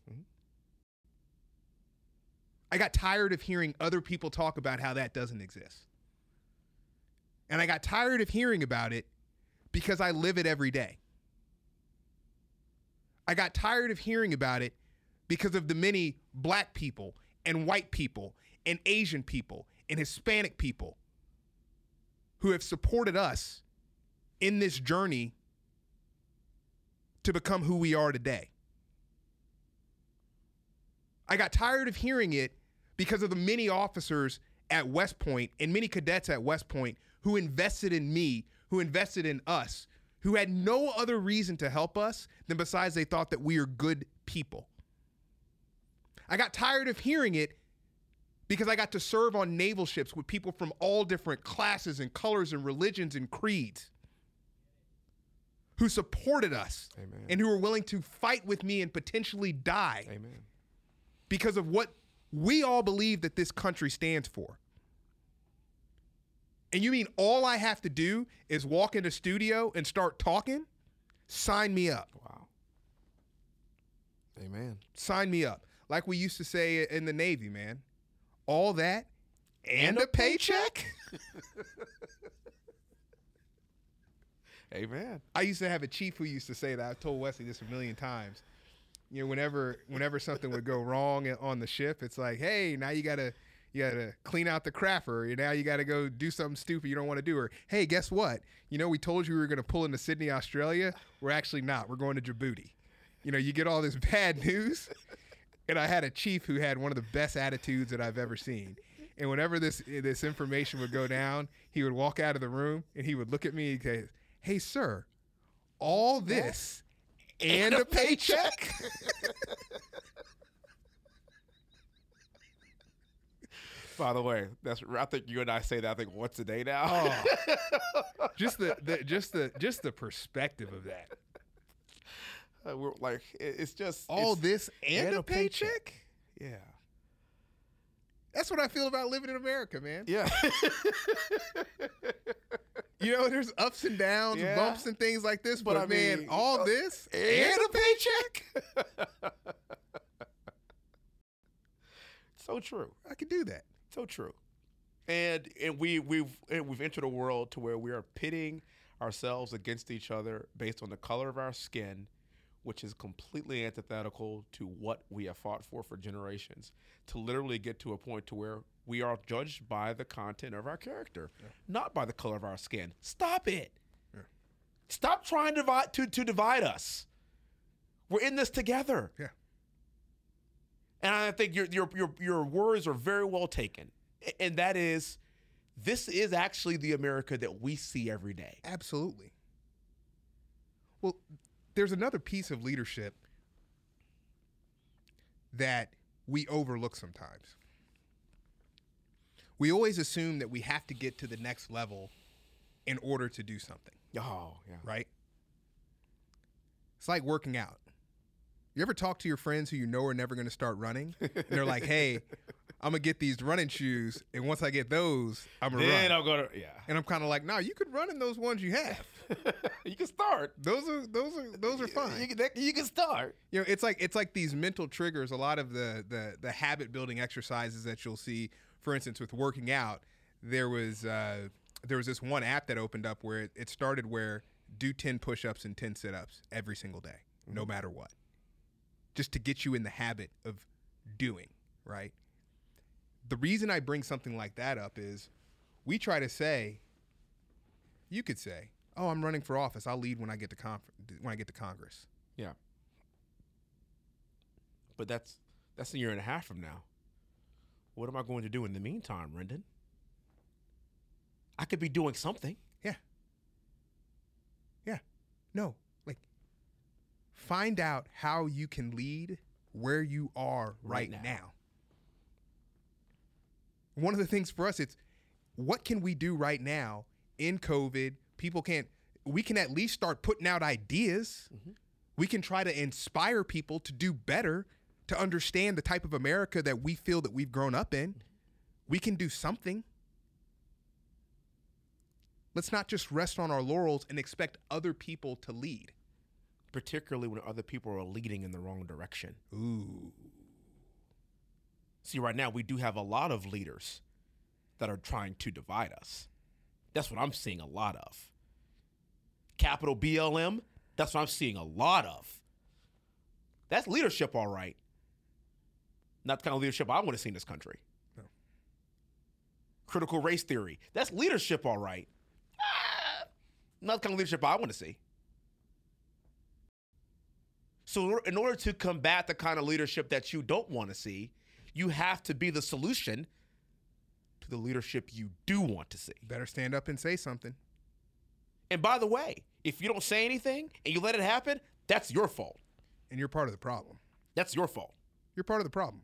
Speaker 3: I got tired of hearing other people talk about how that doesn't exist. And I got tired of hearing about it because I live it every day. I got tired of hearing about it because of the many black people and white people and Asian people and Hispanic people who have supported us in this journey to become who we are today. I got tired of hearing it because of the many officers at West Point and many cadets at West Point who invested in me, who invested in us, who had no other reason to help us than besides they thought that we are good people. I got tired of hearing it because I got to serve on naval ships with people from all different classes and colors and religions and creeds who supported us
Speaker 2: Amen.
Speaker 3: and who were willing to fight with me and potentially die
Speaker 2: Amen.
Speaker 3: because of what we all believe that this country stands for. And you mean all I have to do is walk into studio and start talking? Sign me up.
Speaker 2: Wow. Amen.
Speaker 3: Sign me up. Like we used to say in the Navy, man. All that and,
Speaker 2: And a
Speaker 3: a paycheck?
Speaker 2: Amen.
Speaker 3: I used to have a chief who used to say that. I've told Wesley this a million times. You know, whenever whenever something would go wrong on the ship, it's like, hey, now you gotta you gotta clean out the crapper. Or now you gotta go do something stupid you don't want to do. Or hey, guess what? You know, we told you we were gonna pull into Sydney, Australia. We're actually not. We're going to Djibouti. You know, you get all this [laughs] bad news. And I had a chief who had one of the best attitudes that I've ever seen. And whenever this this information would go down, he would walk out of the room and he would look at me and say, "Hey, sir, all this [laughs] and a paycheck.
Speaker 2: By the way, that's I think you and I say that I think once a day now.
Speaker 3: [laughs] just the, the just the just the perspective of that.
Speaker 2: Uh, [laughs] We're like it- it's just
Speaker 3: All
Speaker 2: it's-
Speaker 3: this and,
Speaker 2: and
Speaker 3: a,
Speaker 2: a
Speaker 3: paycheck?
Speaker 2: paycheck. Yeah.
Speaker 3: That's what I feel about living in America, man.
Speaker 2: Yeah.
Speaker 3: [laughs] You know, there's ups and downs,
Speaker 2: Yeah.
Speaker 3: bumps and things like this, but,
Speaker 2: I
Speaker 3: man,
Speaker 2: mean,
Speaker 3: all
Speaker 2: uh,
Speaker 3: this and, a paycheck.
Speaker 2: so true.
Speaker 3: I can do that.
Speaker 2: So true. And and we we've and we've entered a world to where we are pitting ourselves against each other based on the color of our skin, which is completely antithetical to what we have fought for for generations. To literally get to a point to where we are judged by the content of our character, not by the color of our skin. Stop it. Stop trying to divide, to, to divide us. We're in this together.
Speaker 3: Yeah.
Speaker 2: And I think your your your your words are very well taken. A- And that is this is actually the America that we see every day.
Speaker 3: Absolutely. Well, there's another piece of leadership that we overlook sometimes. We always assume that we have to get to the next level in order to do something,
Speaker 2: Oh, yeah.
Speaker 3: right? It's like working out. You ever talk to your friends who you know are never going to start running? And they're like, hey, I'm going to get these running shoes. And once I get those, I'm going to run.
Speaker 2: Then I'll go to yeah.
Speaker 3: and I'm kind of like, nah, you could run in those ones you have.
Speaker 2: you can start.
Speaker 3: Those are those are those are fine.
Speaker 2: You, can- that- you can start.
Speaker 3: You know, it's like it's like these mental triggers. A lot of the the the habit building exercises that you'll see, for instance, with working out, there was uh, there was this one app that opened up where it, it started where do ten push ups and ten sit ups every single day, no matter what, just to get you in the habit of doing right. The reason I bring something like that up is we try to say, you could say, oh, I'm running for office. I'll lead when I get to conf- when I get to Congress.
Speaker 2: Yeah. But that's that's a year and a half from now. What am I going to do in the meantime, Rendon? I could be doing something.
Speaker 3: Yeah. Yeah. No. Like find out how you can lead where you are right,
Speaker 2: Right
Speaker 3: now.
Speaker 2: now.
Speaker 3: One of the things for us it's what can we do right now in COVID? People can't we can at least start putting out ideas.
Speaker 2: Mm-hmm.
Speaker 3: We can try to inspire people to do better, to understand the type of America that we feel that we've grown up
Speaker 2: Mm-hmm.
Speaker 3: in. We can do something. Let's not just rest on our laurels and expect other people to lead.
Speaker 2: particularly when other people are leading in the wrong direction.
Speaker 3: Ooh.
Speaker 2: See, right now we do have a lot of leaders that are trying to divide us. That's what I'm seeing a lot of. Capital BLM, that's what I'm seeing a lot of. That's leadership, all right. Not the kind of leadership I want to see in this country.
Speaker 3: No.
Speaker 2: Critical race theory, that's leadership, all right. Ah, Not the kind of leadership I want to see. So, in or- in order to combat the kind of leadership that you don't want to see, you have to be the solution to the leadership you do want to see.
Speaker 3: Better stand up and say something.
Speaker 2: And by the way, if you don't say anything and you let it happen, that's your fault.
Speaker 3: and you're part of the problem.
Speaker 2: That's your fault.
Speaker 3: You're part of the problem.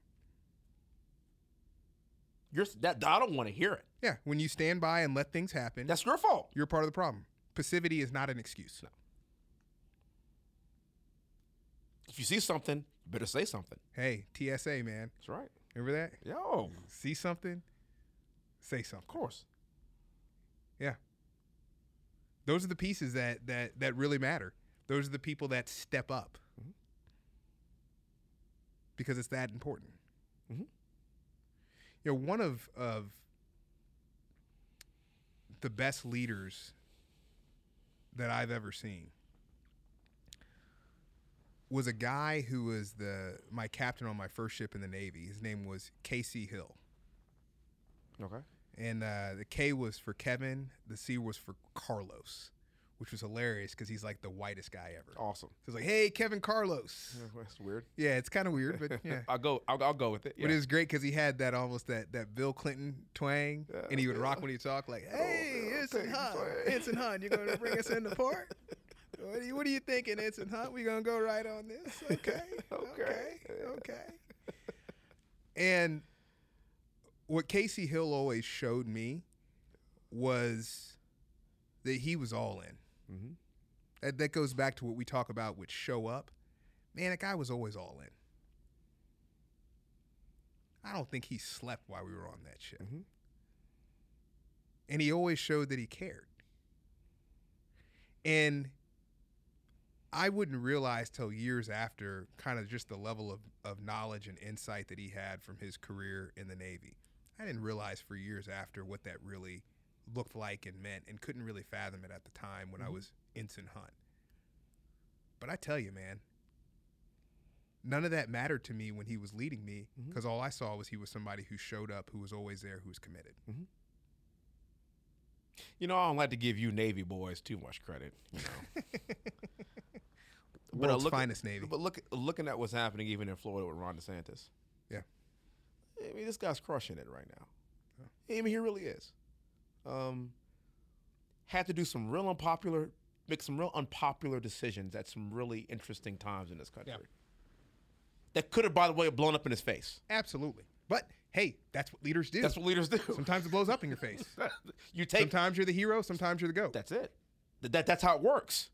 Speaker 2: You're that I don't want to hear it.
Speaker 3: Yeah, when you stand by and let things happen,
Speaker 2: That's your fault.
Speaker 3: you're part of the problem. Passivity is not an excuse.
Speaker 2: If you see something, you better say something.
Speaker 3: Hey, TSA man,
Speaker 2: That's right.
Speaker 3: remember that?
Speaker 2: Yo,
Speaker 3: See something, say something.
Speaker 2: of course.
Speaker 3: Yeah. Those are the pieces that that that really matter. Those are the people that step up. Because it's that important.
Speaker 2: Mhm.
Speaker 3: You know, one of of the best leaders that I've ever seen was a guy who was the my captain on my first ship in the Navy. His name was Casey Hill
Speaker 2: Okay.
Speaker 3: and uh, the K was for Kevin, the C was for Carlos, which was hilarious because he's like the whitest guy ever. So
Speaker 2: Awesome.
Speaker 3: it's like, hey, Kevin Carlos.
Speaker 2: That's weird.
Speaker 3: Yeah, it's kind of weird, but
Speaker 2: [laughs]
Speaker 3: yeah.
Speaker 2: I'll go. I'll, I'll go with it.
Speaker 3: But it was great because he had that almost that that Bill Clinton twang, and he would rock when he talked like, "Hey, Ensign Hunt, Ensign Hunt, you're going to bring us in the port? What are you, what are you thinking, Ensign Hunt? We're going to go right on this, okay? okay, okay." And what Casey Hill always showed me was that he was all in.
Speaker 2: Mhm.
Speaker 3: That that goes back to what we talk about with show up. Man, that guy was always all in. I don't think he slept while we were on that ship.
Speaker 2: Mhm.
Speaker 3: And he always showed that he cared. And I wouldn't realize till years after kind of just the level of, of knowledge and insight that he had from his career in the Navy. I didn't realize for years after what that really looked like and meant and couldn't really fathom it at the time when I
Speaker 2: Mm-hmm.
Speaker 3: was ensign hunt. But I tell you, man, none of that mattered to me when he was leading me
Speaker 2: Mm-hmm.
Speaker 3: because all I saw was he was somebody who showed up, who was always there, who was committed.
Speaker 2: You know, I don't like to give you Navy boys too much credit. You [laughs] know. I
Speaker 3: World's
Speaker 2: look at-
Speaker 3: finest Navy.
Speaker 2: But look, looking at what's happening even in Florida with Ron DeSantis.
Speaker 3: Yeah.
Speaker 2: I mean, this guy's crushing it right now. I mean, he really is. Um, had to do some real unpopular, make some real unpopular decisions at some really interesting times in this country. That could have, by the way, blown up in his face.
Speaker 3: Absolutely. But hey, that's what leaders do.
Speaker 2: That's what leaders do.
Speaker 3: [laughs] sometimes it blows up in
Speaker 2: [laughs]
Speaker 3: your face.
Speaker 2: you take
Speaker 3: sometimes you're the hero, sometimes you're the goat.
Speaker 2: That's it. Th- That that's how it works.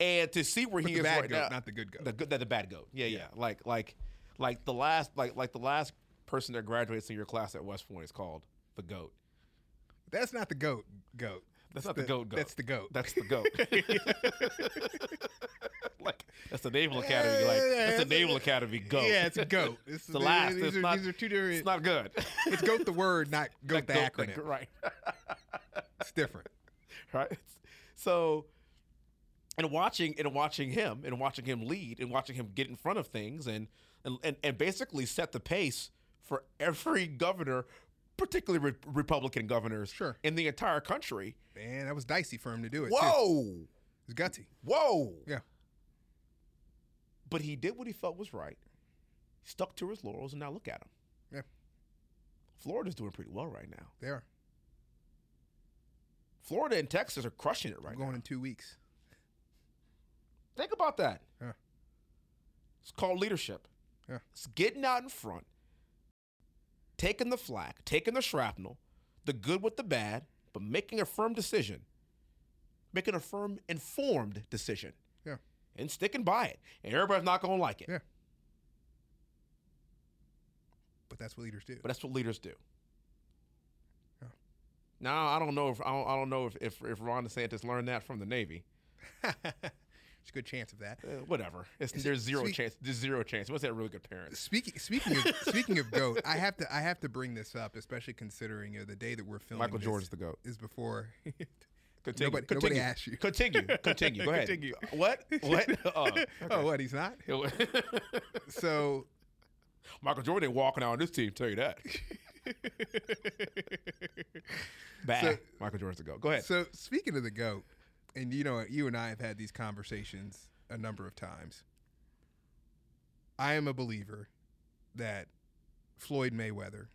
Speaker 2: And to see where he
Speaker 3: the
Speaker 2: is
Speaker 3: bad
Speaker 2: right
Speaker 3: goat,
Speaker 2: now,
Speaker 3: not the good goat.
Speaker 2: The good, the, the bad goat. Yeah, yeah, Like like like the last like like the last person that graduates in your class at West Point is called the goat.
Speaker 3: That's not the goat goat.
Speaker 2: That's not the, goat goat.
Speaker 3: That's the goat.
Speaker 2: That's the
Speaker 3: [laughs]
Speaker 2: goat. like that's the Naval Academy. Like that's the Naval Academy goat.
Speaker 3: [laughs] Yeah, it's goat.
Speaker 2: [laughs]
Speaker 3: This
Speaker 2: It's the last.
Speaker 3: These,
Speaker 2: it's
Speaker 3: are,
Speaker 2: not,
Speaker 3: these are two different.
Speaker 2: It's not good.
Speaker 3: [laughs]
Speaker 2: [laughs]
Speaker 3: it's goat the word, not goat the
Speaker 2: Goat,
Speaker 3: acronym.
Speaker 2: right.
Speaker 3: It's different.
Speaker 2: right? So, and watching and watching him and watching him lead and watching him get in front of things and and and, and basically set the pace for every governor, particularly re- Republican governors,
Speaker 3: Sure.
Speaker 2: in the entire country.
Speaker 3: Man, that was dicey for him to do it. Too.
Speaker 2: Whoa,
Speaker 3: It was gutsy.
Speaker 2: whoa!
Speaker 3: Yeah.
Speaker 2: But he did what he felt was right, stuck to his laurels, and now look at him.
Speaker 3: Yeah.
Speaker 2: Florida's doing pretty well right now.
Speaker 3: They are.
Speaker 2: Florida and Texas are crushing it right
Speaker 3: I'm going
Speaker 2: now.
Speaker 3: in two weeks.
Speaker 2: Think about that.
Speaker 3: Yeah.
Speaker 2: It's called leadership.
Speaker 3: Yeah.
Speaker 2: It's getting out in front, taking the flack, taking the shrapnel, the good with the bad, but making a firm decision, making a firm, informed decision,
Speaker 3: Yeah.
Speaker 2: and sticking by it. And everybody's not going to like it.
Speaker 3: Yeah. But that's what leaders do.
Speaker 2: But that's what leaders do.
Speaker 3: Yeah.
Speaker 2: Now I don't know if I don't, I don't know if, if if Ron DeSantis learned that from the Navy.
Speaker 3: [laughs] There's a good chance of that.
Speaker 2: Uh, whatever. It's, there's zero
Speaker 3: sweet-
Speaker 2: chance. There's zero chance. Unless they have really good parents.
Speaker 3: Speaking speaking of [laughs] speaking of goat, I have to I have to bring this up, especially considering you know, the day that we're filming.
Speaker 2: Michael
Speaker 3: this
Speaker 2: Jordan's the goat.
Speaker 3: Is before. [laughs]
Speaker 2: Continue.
Speaker 3: Nobody-
Speaker 2: continue.
Speaker 3: nobody asked you. [laughs]
Speaker 2: Continue. Continue. Go ahead.
Speaker 3: Continue.
Speaker 2: [laughs] What? What?
Speaker 3: [laughs]
Speaker 2: Uh,
Speaker 3: Oh, what he's not.
Speaker 2: [laughs] Oh.
Speaker 3: So
Speaker 2: [laughs] Michael Jordan ain't walking out on this team. Tell you
Speaker 3: [laughs]
Speaker 2: that. Bad.
Speaker 3: So-
Speaker 2: Michael Jordan's the go. Go ahead.
Speaker 3: So speaking of the goat, and you know, you and I have had these conversations a number of times. I am a believer that Floyd Mayweather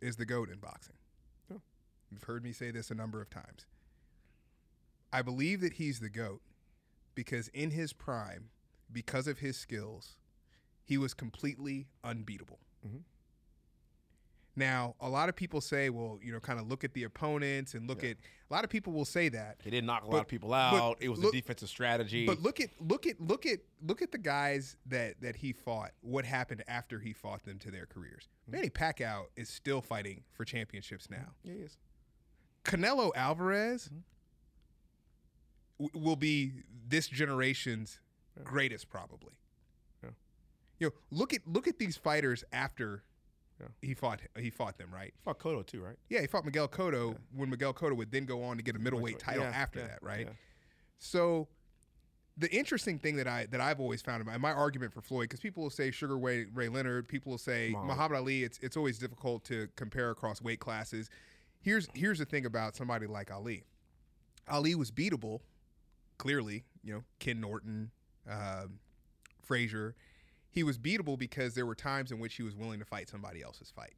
Speaker 3: is the goat in boxing.
Speaker 2: Yeah.
Speaker 3: You've heard me say this a number of times. I believe that he's the GOAT because in his prime, because of his skills, he was completely unbeatable. Now, a lot of people say, well, you know, kind of look at the opponents and look at a lot of people will say that.
Speaker 2: He didn't knock a lot
Speaker 3: But-
Speaker 2: of people
Speaker 3: but
Speaker 2: out. it was
Speaker 3: look-
Speaker 2: a defensive strategy.
Speaker 3: But look at look at look at look at the guys that that he fought. What happened after he fought them to their careers? Manny Pacquiao is still fighting for championships now.
Speaker 2: yeah, he is.
Speaker 3: Canelo Alvarez
Speaker 2: Mm-hmm.
Speaker 3: w- will be this generation's greatest, probably.
Speaker 2: Yeah.
Speaker 3: You know, look at look at these fighters after
Speaker 2: Yeah.
Speaker 3: he fought he fought them, right?
Speaker 2: Fuck Cotto too, right?
Speaker 3: Yeah, he fought Miguel Cotto when Miguel Cotto would then go on to get a middleweight title
Speaker 2: Yeah,
Speaker 3: after
Speaker 2: yeah,
Speaker 3: that, right?
Speaker 2: yeah.
Speaker 3: So the interesting thing that I that I've always found in my, my argument for Floyd, because people will say Sugar Ray, Ray Leonard, people will say
Speaker 2: Muhammad.
Speaker 3: Muhammad Ali. It's it's always difficult to compare across weight classes. Here's here's the thing about somebody like Ali. Ali was beatable, clearly. You know, Ken Norton, um, Frazier. He was beatable because there were times in which he was willing to fight somebody else's fight.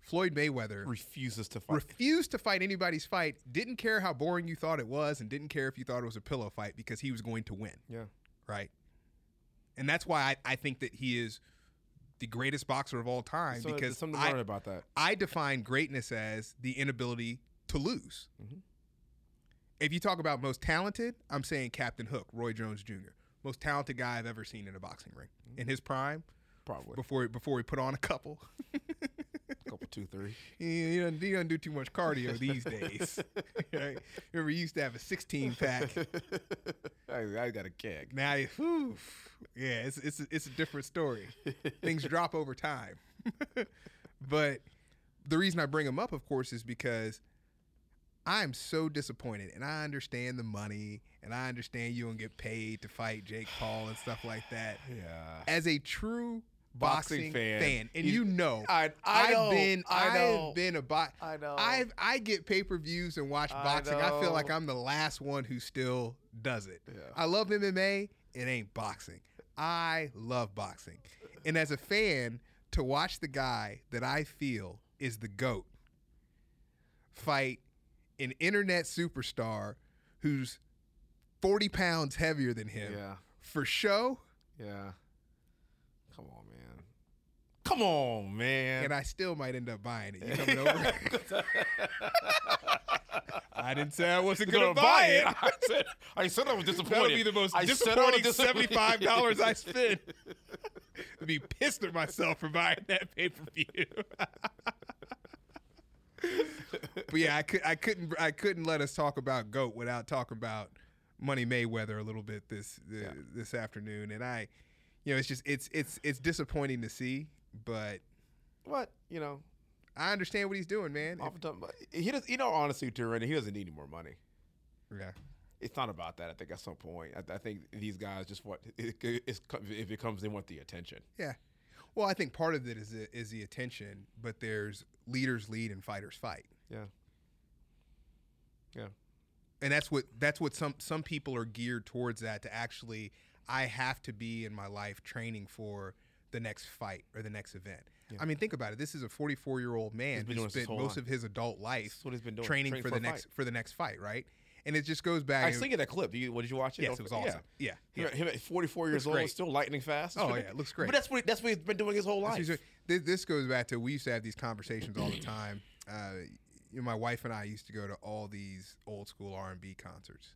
Speaker 3: Floyd Mayweather
Speaker 2: Refuses to fight.
Speaker 3: refused to fight anybody's fight, didn't care how boring you thought it was, and didn't care if you thought it was a pillow fight because he was going to win,
Speaker 2: yeah.
Speaker 3: right? And that's why I, I think that he is the greatest boxer of all time
Speaker 2: So there's
Speaker 3: because
Speaker 2: something to learn
Speaker 3: I,
Speaker 2: about that.
Speaker 3: I define greatness as the inability to lose.
Speaker 2: Mm-hmm.
Speaker 3: If you talk about most talented, I'm saying Captain Hook, Roy Jones Jr., most talented guy I've ever seen in a boxing ring.
Speaker 2: Mm-hmm.
Speaker 3: In his prime,
Speaker 2: Probably.
Speaker 3: [laughs] before before he put on a couple,
Speaker 2: couple, two, three.
Speaker 3: he, he, doesn't, he doesn't do too much cardio these days. [laughs] right? Remember, he used to have a 16
Speaker 2: [laughs]
Speaker 3: pack.
Speaker 2: [laughs] I, I got a keg.
Speaker 3: Now, he- whew, yeah, it's, it's, it's a different story.
Speaker 2: [laughs]
Speaker 3: Things drop over time. [laughs] but the reason I bring him up, of course, is because I'm so disappointed, and I understand the money, and I understand you don't get paid to fight Jake Paul and stuff like
Speaker 2: [sighs]
Speaker 3: that.
Speaker 2: Yeah.
Speaker 3: As a true
Speaker 2: Boxing
Speaker 3: boxing,
Speaker 2: fan.
Speaker 3: fan, and
Speaker 2: You-
Speaker 3: you know,
Speaker 2: I- I
Speaker 3: have
Speaker 2: know,
Speaker 3: been,
Speaker 2: I know.
Speaker 3: have been a box.
Speaker 2: I know.
Speaker 3: I've, I get pay per views and watch
Speaker 2: I
Speaker 3: boxing. I,
Speaker 2: know.
Speaker 3: feel like I'm the last one who still does it. I love MMA. It ain't boxing. I love boxing. And as a fan, to watch the guy that I feel is the GOAT fight an internet superstar who's 40 pounds heavier than him
Speaker 2: Yeah.
Speaker 3: for show,
Speaker 2: Yeah. Come on, man. Come on, man.
Speaker 3: and I still might end up buying it. You coming over? I didn't say I wasn't going to buy it.
Speaker 2: [laughs] I said, I said I was disappointed.
Speaker 3: That'll be the most
Speaker 2: I said I was
Speaker 3: disappointing
Speaker 2: disappointed.
Speaker 3: seventy-five dollars I spend. I'd be pissed at myself for buying that pay-per-view. [laughs] but yeah, I could, I couldn't, I couldn't let us talk about goat without talking about Money Mayweather a little bit this uh, this afternoon, and I, you know, it's just it's it's it's disappointing to see, but
Speaker 2: [laughs] What you
Speaker 3: [laughs]
Speaker 2: know,
Speaker 3: I understand what he's doing, man. If-
Speaker 2: off the top of my- he does. You know, honestly, too, Randy, he doesn't need any more money.
Speaker 3: yeah.
Speaker 2: It's not about that. I think at some point, I, I think these guys just want it, it's, if it comes, they want the attention.
Speaker 3: Yeah. Well, I think part of it is the, is the attention, but there's leaders lead and fighters fight.
Speaker 2: Yeah. Yeah.
Speaker 3: And that's what that's what some some people are geared towards that to actually I have to be in my life training for the next fight or the next event. I mean, think about it. This is a 44-year-old man
Speaker 2: He's been
Speaker 3: who
Speaker 2: doing this his
Speaker 3: spent
Speaker 2: whole life.
Speaker 3: most of his adult life
Speaker 2: is what he's been doing,
Speaker 3: training,
Speaker 2: training
Speaker 3: for,
Speaker 2: for a
Speaker 3: the next
Speaker 2: fight.
Speaker 3: for the next fight, right? And it just goes back
Speaker 2: I was thinking that clip. You, what did you watch? It
Speaker 3: Yes,
Speaker 2: over-
Speaker 3: it was awesome. Yeah.
Speaker 2: Him, him at 44 years
Speaker 3: Looks
Speaker 2: old,
Speaker 3: great.
Speaker 2: still lightning fast.
Speaker 3: Oh, yeah, it looks great.
Speaker 2: But that's what that's what he's been doing his whole life.
Speaker 3: This is- thi- This goes back to we used to have these conversations all the time. Uh, you know, my wife and I used to go to all these old school R and B concerts.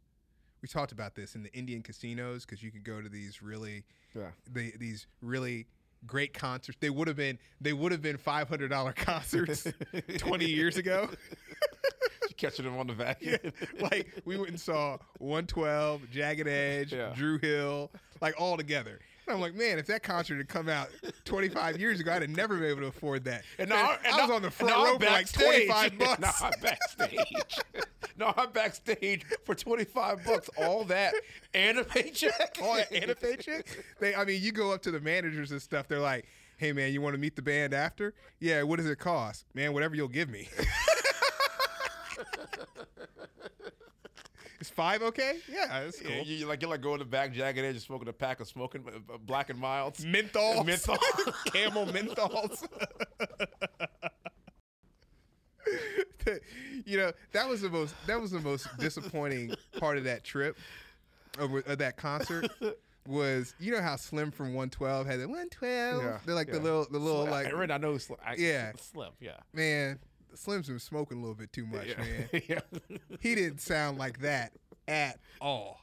Speaker 3: We talked about this in the Indian casinos because you could go to these really,
Speaker 2: Yeah.
Speaker 3: the, these really great concerts. They would have been they would have been five hundred
Speaker 2: [laughs]
Speaker 3: dollar [laughs] concerts [laughs] twenty years ago.
Speaker 2: Catching him on the [laughs] vacuum.
Speaker 3: like we went and saw 112, Jagged Edge,
Speaker 2: Yeah.
Speaker 3: Drew Hill, like all together. And I'm like, man, if that concert had come out 25 years ago, I'd have never been able to afford that. And,
Speaker 2: now
Speaker 3: I, was
Speaker 2: now-
Speaker 3: on the front
Speaker 2: now
Speaker 3: row
Speaker 2: I'm
Speaker 3: for like
Speaker 2: backstage.
Speaker 3: 25
Speaker 2: [laughs]
Speaker 3: bucks.
Speaker 2: Now I'm backstage. [laughs] now I'm backstage for 25 bucks. All that and a [laughs]
Speaker 3: [laughs]
Speaker 2: paycheck.
Speaker 3: all that and a paycheck. They, I mean, you go up to the managers and stuff. They're like, "Hey, man, you want to meet the band after? Yeah. What does it cost, man? Whatever you'll
Speaker 2: [laughs]
Speaker 3: give me." Is five okay? Yeah, that's cool.
Speaker 2: Yeah, you, you're like you're like going to the back jacket and just smoking a pack of smoking uh, black and milds.
Speaker 3: Menthol,
Speaker 2: [laughs] Menthol.
Speaker 3: camel menthols. [laughs] you know that was the most that was the most disappointing part of that trip of, of that concert was you know how Slim from 112 had the 112
Speaker 2: Yeah,
Speaker 3: they're like
Speaker 2: yeah.
Speaker 3: the little the little
Speaker 2: Slim-
Speaker 3: like
Speaker 2: I read. I know. Slim, I,
Speaker 3: Yeah.
Speaker 2: Slim. Yeah.
Speaker 3: man Slim's been smoking a little bit too much man
Speaker 2: [laughs] yeah.
Speaker 3: he didn't sound like that at all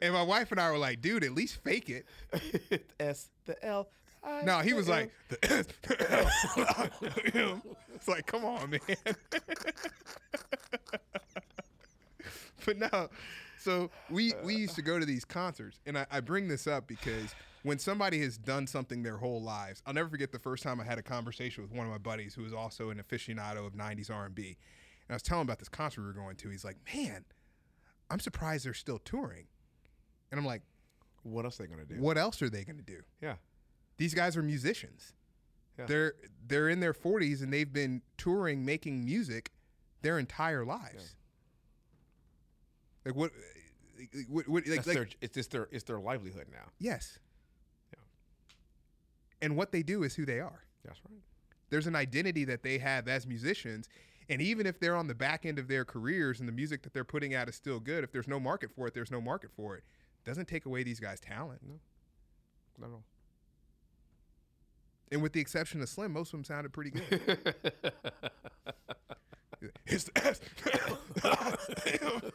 Speaker 3: and my wife and I were like dude at least fake it
Speaker 2: The [laughs] S. The L. I,
Speaker 3: no he
Speaker 2: the
Speaker 3: was
Speaker 2: L. [laughs]
Speaker 3: like [laughs] it's like come on man but no so we we used to go to these concerts and I, I bring this up because when somebody has done something their whole lives i'll never forget the first time i had a conversation with one of my buddies who was also an aficionado of 90s r&b and i was telling him about this concert we were going to he's like man i'm surprised they're still touring and i'm like
Speaker 2: What else they gonna do?
Speaker 3: what else are they going to do
Speaker 2: Yeah.
Speaker 3: these guys are musicians.
Speaker 2: Yeah.
Speaker 3: They're they're in their 40s and they've been touring making music their entire lives. Like what what, what like,
Speaker 2: That's
Speaker 3: like-
Speaker 2: their, it's just their. It's their livelihood now.
Speaker 3: yes.
Speaker 2: Yeah.
Speaker 3: And what they do is who they are.
Speaker 2: That's right.
Speaker 3: There's an identity that they have as musicians and even if they're on the back end of their careers and the music that they're putting out is still good, if there's no market for it, there's no market for it. Doesn't take away these guys' talent.
Speaker 2: No. no.
Speaker 3: And with the exception of Slim, most of them sounded pretty good. [laughs] It's the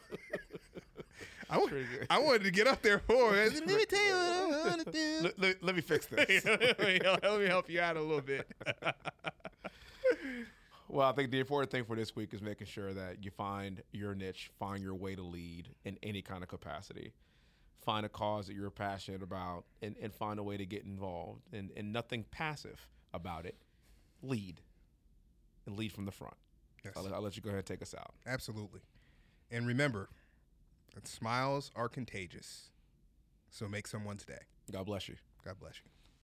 Speaker 3: [coughs] ass.
Speaker 2: [laughs]
Speaker 3: I, wa- I wanted to get up there for it. [laughs] Let me tell you what I want to do.
Speaker 2: [laughs] Let, let, let me fix [laughs] this.
Speaker 3: let, me, let me help you out a little bit.
Speaker 2: [laughs] Well, I think the important thing for this week is making sure that you find your niche, find your way to lead in any kind of capacity. Find a cause that you're passionate about and, and find a way to get involved and, and nothing passive about it. Lead and lead from the front.
Speaker 3: Yes.
Speaker 2: I'll, let- I'll let you go ahead and take us out.
Speaker 3: Absolutely. And remember that smiles are contagious. So make someone's day.
Speaker 2: God bless you.
Speaker 3: God bless you.